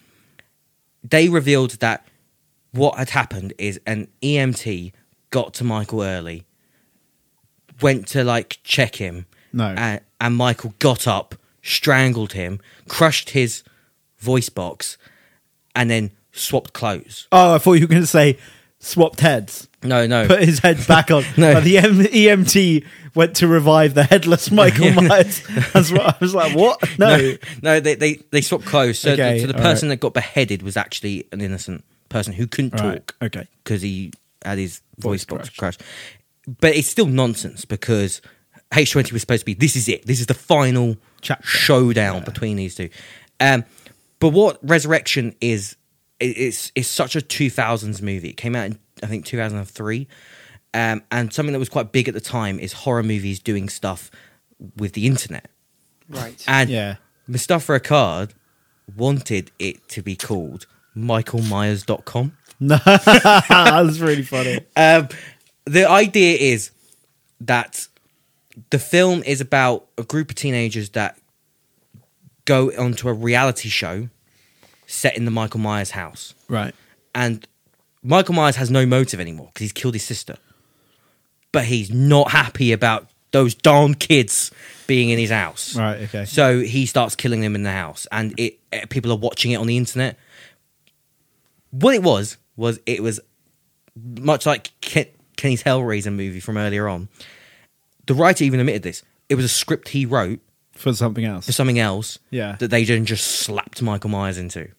A: they revealed that what had happened is an EMT got to Michael early, went to like check him.
B: No.
A: And, and Michael got up, strangled him, crushed his voice box, and then swapped clothes.
B: Oh, I thought you were going to say swapped heads.
A: No, no.
B: Put his head back on.
A: No.
B: But the M- EMT went to revive the headless Michael
A: Yeah.
B: Myers. That's what I was like. What? No.
A: no, no, they they, they swapped clothes. So,
B: Okay,
A: the, so the
B: all
A: person that got beheaded was actually an innocent person who couldn't
B: Right,
A: talk.
B: okay.
A: because he had his voice,
B: Voice
A: box crushed. But it's still nonsense because H twenty was supposed to be this is it. This is the final
B: Chapter.
A: showdown between these two. Um, but what Resurrection is, i- it's it's such a two thousands movie. It came out in I think two thousand and three. Um, and something that was quite big at the time is horror movies doing stuff with the internet.
C: Right.
A: And
B: Yeah.
A: Mustafa Akkad wanted it to be called michaelmyers.com.
B: No. that was really funny.
A: Um, the idea is that the film is about a group of teenagers that go onto a reality show set in the Michael Myers house.
B: Right.
A: And Michael Myers has no motive anymore because he's killed his sister. But he's not happy about those darn kids being in his house.
B: Right. Okay.
A: So he starts killing them in the house, and it eh, people are watching it on the internet. What it was was it was much like Ken, Kenny's Hellraiser movie from earlier on. The writer even admitted this. It was a script he wrote
B: For something
A: for
B: else.
A: something else.
B: Yeah.
A: That they then just slapped Michael Myers into.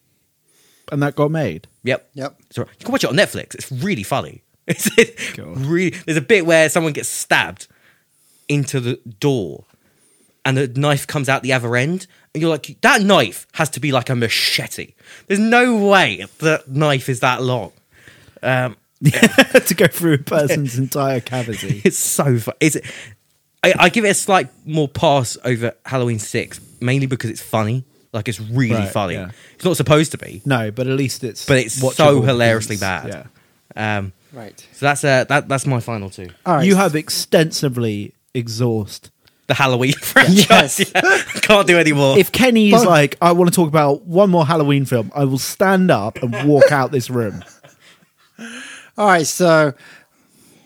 B: And that got made.
A: Yep.
C: Yep.
A: So you can watch it on Netflix. It's really funny. It's it's
B: God.
A: really there's a bit where someone gets stabbed into the door and the knife comes out the other end and you're like that knife has to be like a machete. There's no way that knife is that long.
B: to go through a person's entire cavity.
A: It's so fun. It's I, I give it a slight more pass over Halloween 6 mainly because it's funny. Like it's really
B: Right,
A: funny.
B: yeah.
A: It's not supposed to be,
B: No, but at least it's
A: but it's so
B: watchable
A: hilariously
B: because- yeah.
A: bad. Um,
C: Right.
A: so that's uh, that. That's my final two.
C: All right.
B: You have extensively exhaust.
A: The Halloween franchise.
C: Yes.
A: Yeah. Can't do anymore.
B: If Kenny's
C: But-
B: like, I want to talk about one more Halloween film, I will stand up and walk out this room.
C: All right, so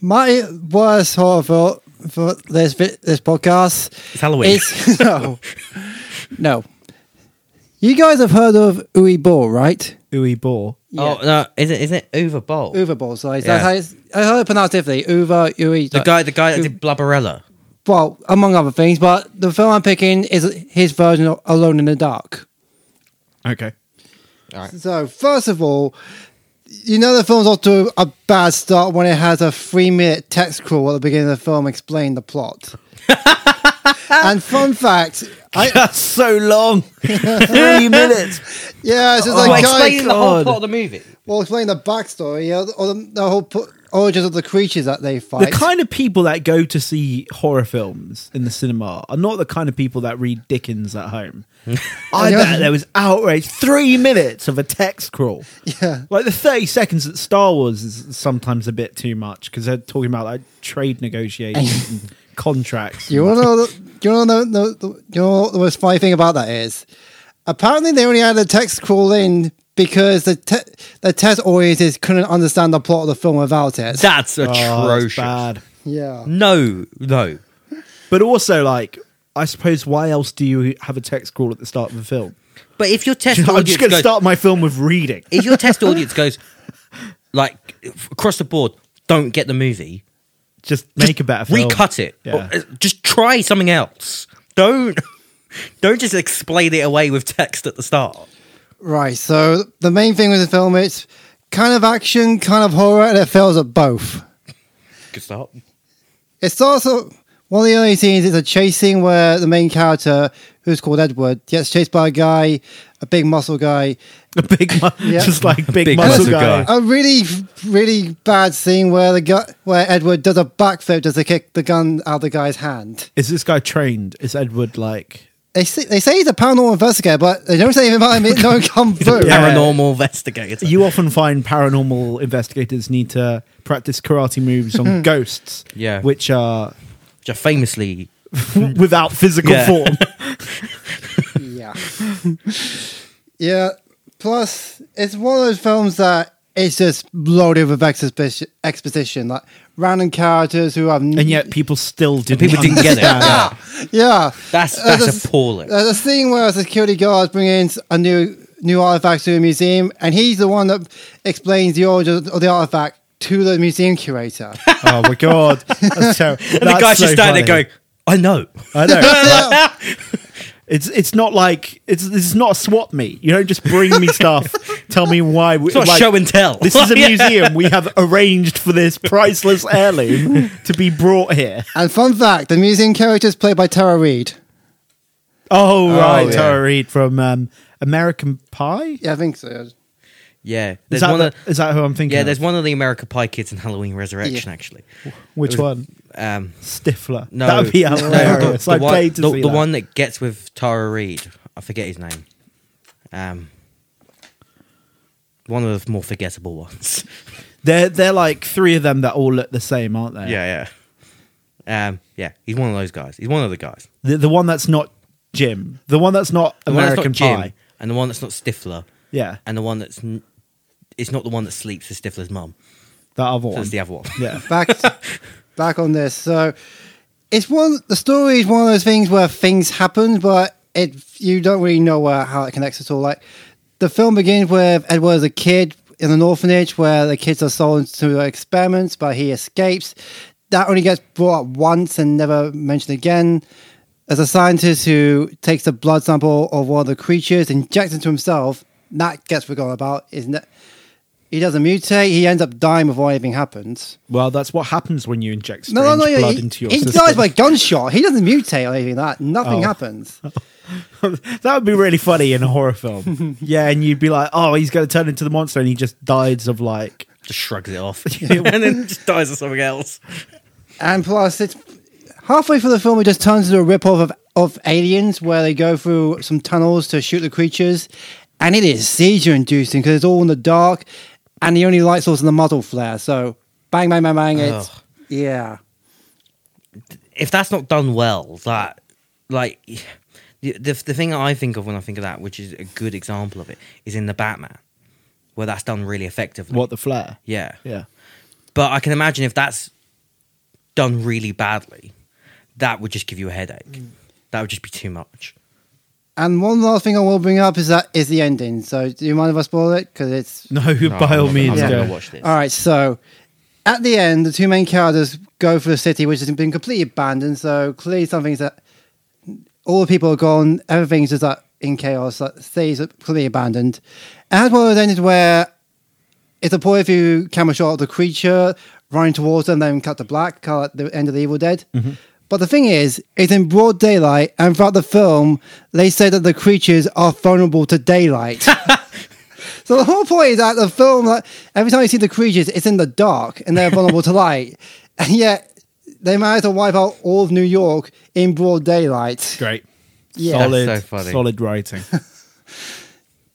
C: my worst horror for, for this vi- this podcast
A: it's Halloween.
C: is no, no. You guys have heard of Uwe Boll, right?
B: Uwe Boar.
A: Oh no! Is it is it Uwe Boll?
C: Uwe Boll. Sorry,
A: Yeah.
C: that's how it's, I heard it pronounced differently. Uwe, Uwe.
A: The guy, the guy that did Blubberella.
C: well, among other things, but the film I'm picking is his version of Alone in the Dark.
B: Okay.
C: So, first of all, you know the film's off to a bad start when it has a three-minute text crawl at the beginning of the film explaining the plot. and fun fact,
B: That's so long. Three minutes.
C: yeah, it's just like
A: Well,
C: guys,
A: explaining the whole
B: God.
A: plot of the movie.
C: well, explain the backstory you know, or the, the whole po- origins of the creatures that they
B: The
C: fight.
B: kind of people that go to see horror films in the cinema are not the kind of people that read Dickens at home. I bet there was outrage. Three minutes of a text crawl.
C: yeah,
B: Like the 30 seconds at Star Wars is sometimes a bit too much because they're talking about like trade negotiations and contracts.
C: you want to know? the- You want to know? The, the, you know what the most funny thing about that is, apparently they only had the text crawl in because the te- the test audiences couldn't understand the plot of the film without it.
A: That's
B: Oh, it's
A: atrocious.
B: bad.
C: yeah.
A: no, no.
B: But also, like, I suppose why else do you have a text crawl at the start of the film?
A: But if your test
B: I'm
A: audience
B: just going to
A: goes,
B: start my film with reading.
A: if your test audience goes, like f- across the board, don't get the movie.
B: Just make a better film.
A: Recut it.
B: Yeah.
A: Or, uh, Just try something else. Don't don't just explain it away with text at the start.
C: Right. So the main thing with the film it's kind of action, kind of horror, and it fails at both.
A: Good start.
C: It's also one of the only scenes is a chase scene where the main character, who's called Edward, gets chased by a guy, a big muscle guy.
B: A big, mu-
C: Yeah.
B: just like big,
A: Big
B: muscle,
A: muscle
B: guy.
A: guy.
C: A really, really bad scene where the guy, where Edward does a backflip, does a kick the gun out of the guy's hand.
B: Is this guy trained? Is Edward like?
C: They say, they say he's a paranormal investigator, but they don't say anything about him. It don't come through.
B: Yeah.
A: Paranormal investigator.
B: You often find paranormal investigators need to practice karate moves on ghosts,
A: Yeah.
B: which are
A: Which are famously
B: without physical
A: Yeah.
B: form.
C: yeah. yeah. Plus, it's one of those films that it's just loaded with exposition, exposition like random characters who have. n-
B: and yet people still didn't.
A: people didn't get it. Yeah.
C: yeah.
A: That's
C: Uh,
A: that's
C: there's-
A: appalling.
C: There's a scene where a security guard brings in a new new artifact to a museum, and he's the one that explains the origin of the artifact to the museum curator.
B: oh my god! That's terrible.
A: Ah. and the guy's just standing there going, "I know."
B: I know. It's it's not like it's this is not a swap meet. You don't just bring me stuff. Tell me why. We,
A: It's not
B: like,
A: show and tell.
B: This is a
A: Yeah.
B: museum. We have arranged for this priceless heirloom to be brought here.
C: and fun fact: the museum curator is played by Tara Reid.
B: Oh, right,
A: yeah.
B: Tara Reid from um, American Pie.
C: Yeah, I think so.
A: Yeah,
B: Is
A: there's
B: that,
A: one.
B: the-
A: of,
B: is that who I'm thinking?
A: yeah,
B: of?
A: there's one of the America Pie kids in Halloween Resurrection.
C: Yeah.
A: Actually,
B: which one?
A: um,
B: Stifler.
A: no,
B: that'd be
A: no,
B: hilarious.
A: the,
B: I
A: the, one,
B: paid to
A: the-
B: see
A: the
B: that.
A: one that gets with Tara Reid. I forget his name. Um, one of the more forgettable ones.
B: They're they're like three of them that all look the same, aren't they?
A: yeah, yeah. Um, yeah, he's one of those guys. He's one of the guys.
B: The, the one that's not Jim. The one that's not
A: The one that's
B: American
A: not Jim,
B: Pie.
A: and the one that's not Stifler,
B: Yeah,
A: and the one that's n- it's not the one that sleeps with Stifler's mum.
B: that other one.
A: That's the other one.
B: yeah.
C: back back on this. So it's one the story is one of those things where things happen, but it you don't really know where, how it connects at all. Like the film begins with Edward as a kid in an orphanage where the kids are sold to experiments, but he escapes. That only gets brought up once and never mentioned again. As a scientist who takes a blood sample of one of the creatures, injects it to himself, that gets forgotten about. Isn't it? He doesn't mutate. He ends up dying before anything happens.
B: Well, that's what happens when you inject strange
C: No, no, no. yeah,
B: blood
C: he,
B: into your
C: he
B: system.
C: dies by gunshot. He doesn't mutate or anything like that. Nothing
B: Oh.
C: happens.
B: that would be really funny in a horror film. yeah, and you'd be like, oh, he's going to turn into the monster, and he just dies of like.
A: Just shrugs it off, and then just dies of something else.
C: And plus, it's halfway through the film, it just turns into a rip-off of of Aliens where they go through some tunnels to shoot the creatures, and it is seizure inducing because it's all in the dark, and the only light source is the muzzle flare. So bang, bang, bang, bang. It's
A: Ugh.
C: yeah.
A: if that's not done well, that like the, the the thing I think of when I think of that, which is a good example of it, is in the Batman, where that's done really effectively.
B: What the flare?
A: Yeah,
B: Yeah.
A: but I can imagine if that's done really badly, that would just give you a headache.
B: Mm.
A: That would just be too much.
C: And one last thing I will bring up is that is the ending. So do you mind if I spoil it? Because it's
B: No, by all means,
C: not
B: go.
C: gonna
A: watch this.
C: All right, so at the end, the two main characters go for the city, which has been completely abandoned. So clearly, something's that all the people are gone. Everything's just like in chaos. Like, the city's completely abandoned. It has one of those endings where it's a point of view camera shot of the creature running towards them, then cut to black, kind of like the end of the Evil Dead. But the thing is, it's in broad daylight, and throughout the film, they say that the creatures are vulnerable to daylight. So the whole point is that the film, like, every time you see the creatures, it's in the dark and they're vulnerable to light, and yet they managed to wipe out all of New York in broad daylight.
B: Great.
C: Yeah.
A: That's
B: Solid,
A: so funny.
B: solid writing.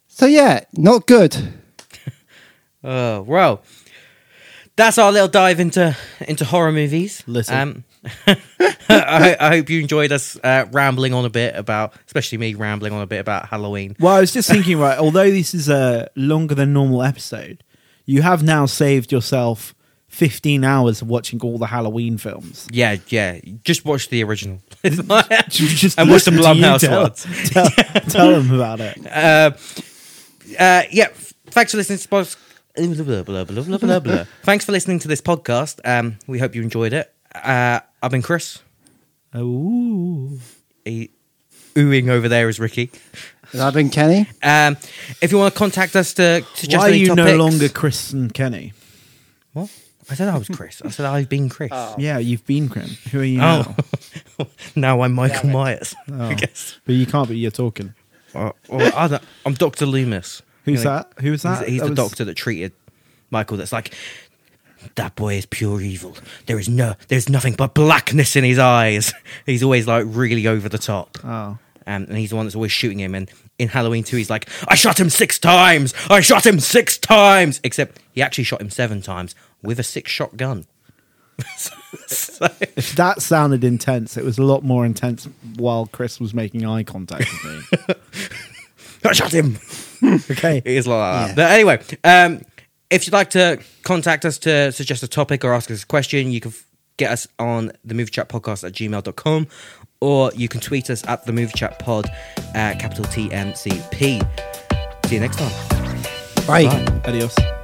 C: So yeah, not good.
A: Oh well, that's our little dive into into horror movies. Um,
B: Listen.
A: I, I hope you enjoyed us uh, rambling on a bit about, especially me rambling on a bit about Halloween.
B: Well, I was just thinking, right, although this is a longer than normal episode, you have now saved yourself 15 hours of watching all the Halloween films.
A: Yeah, yeah. Just watch the original. Uh, and
B: just
A: watch the
B: listen to you
A: Blumhouse
B: tell-
A: ones.
B: Tell, tell them about it.
A: Uh, uh, yeah. f- Thanks for listening to Spos- blah, blah, blah, blah, blah, blah, blah. Thanks for listening to this podcast. Um, we hope you enjoyed it. Uh, I've been Chris.
B: Ooh.
A: He, oohing over there is Ricky.
C: And I've been Kenny.
A: Um, if you want to contact us to suggest
B: Why are
A: any
B: you no
A: topics-
B: longer Chris and Kenny?
A: What? I said I was Chris. I said I've been Chris.
B: Yeah, you've been Grim. Who are you
A: Oh.
B: now?
A: now I'm Michael Myers. I guess.
B: But you can't be, you're talking.
A: Or, or other, I'm Doctor Loomis.
B: Who's
A: You know,
B: that? Who was that?
A: He's, he's
B: That
A: the
B: was-
A: doctor that treated Michael. That's like that boy is pure evil. There is no, there's nothing but blackness in his eyes. He's always like really over the top.
B: Oh.
A: Um, and he's the one that's always shooting him. And in Halloween 2, he's like, I shot him six times. I shot him six times. Except he actually shot him seven times with a six shot gun. So-
B: If that sounded intense, it was a lot more intense while Chris was making eye contact with me.
A: I shot him.
B: okay.
A: It is like that. But anyway, um, if you'd like to contact us to suggest a topic or ask us a question, you can f- get us on the movie chat podcast at gmail.com or you can tweet us at the movie chat pod, uh, capital TMCP. See you next time.
C: Bye.
B: Bye. Adios.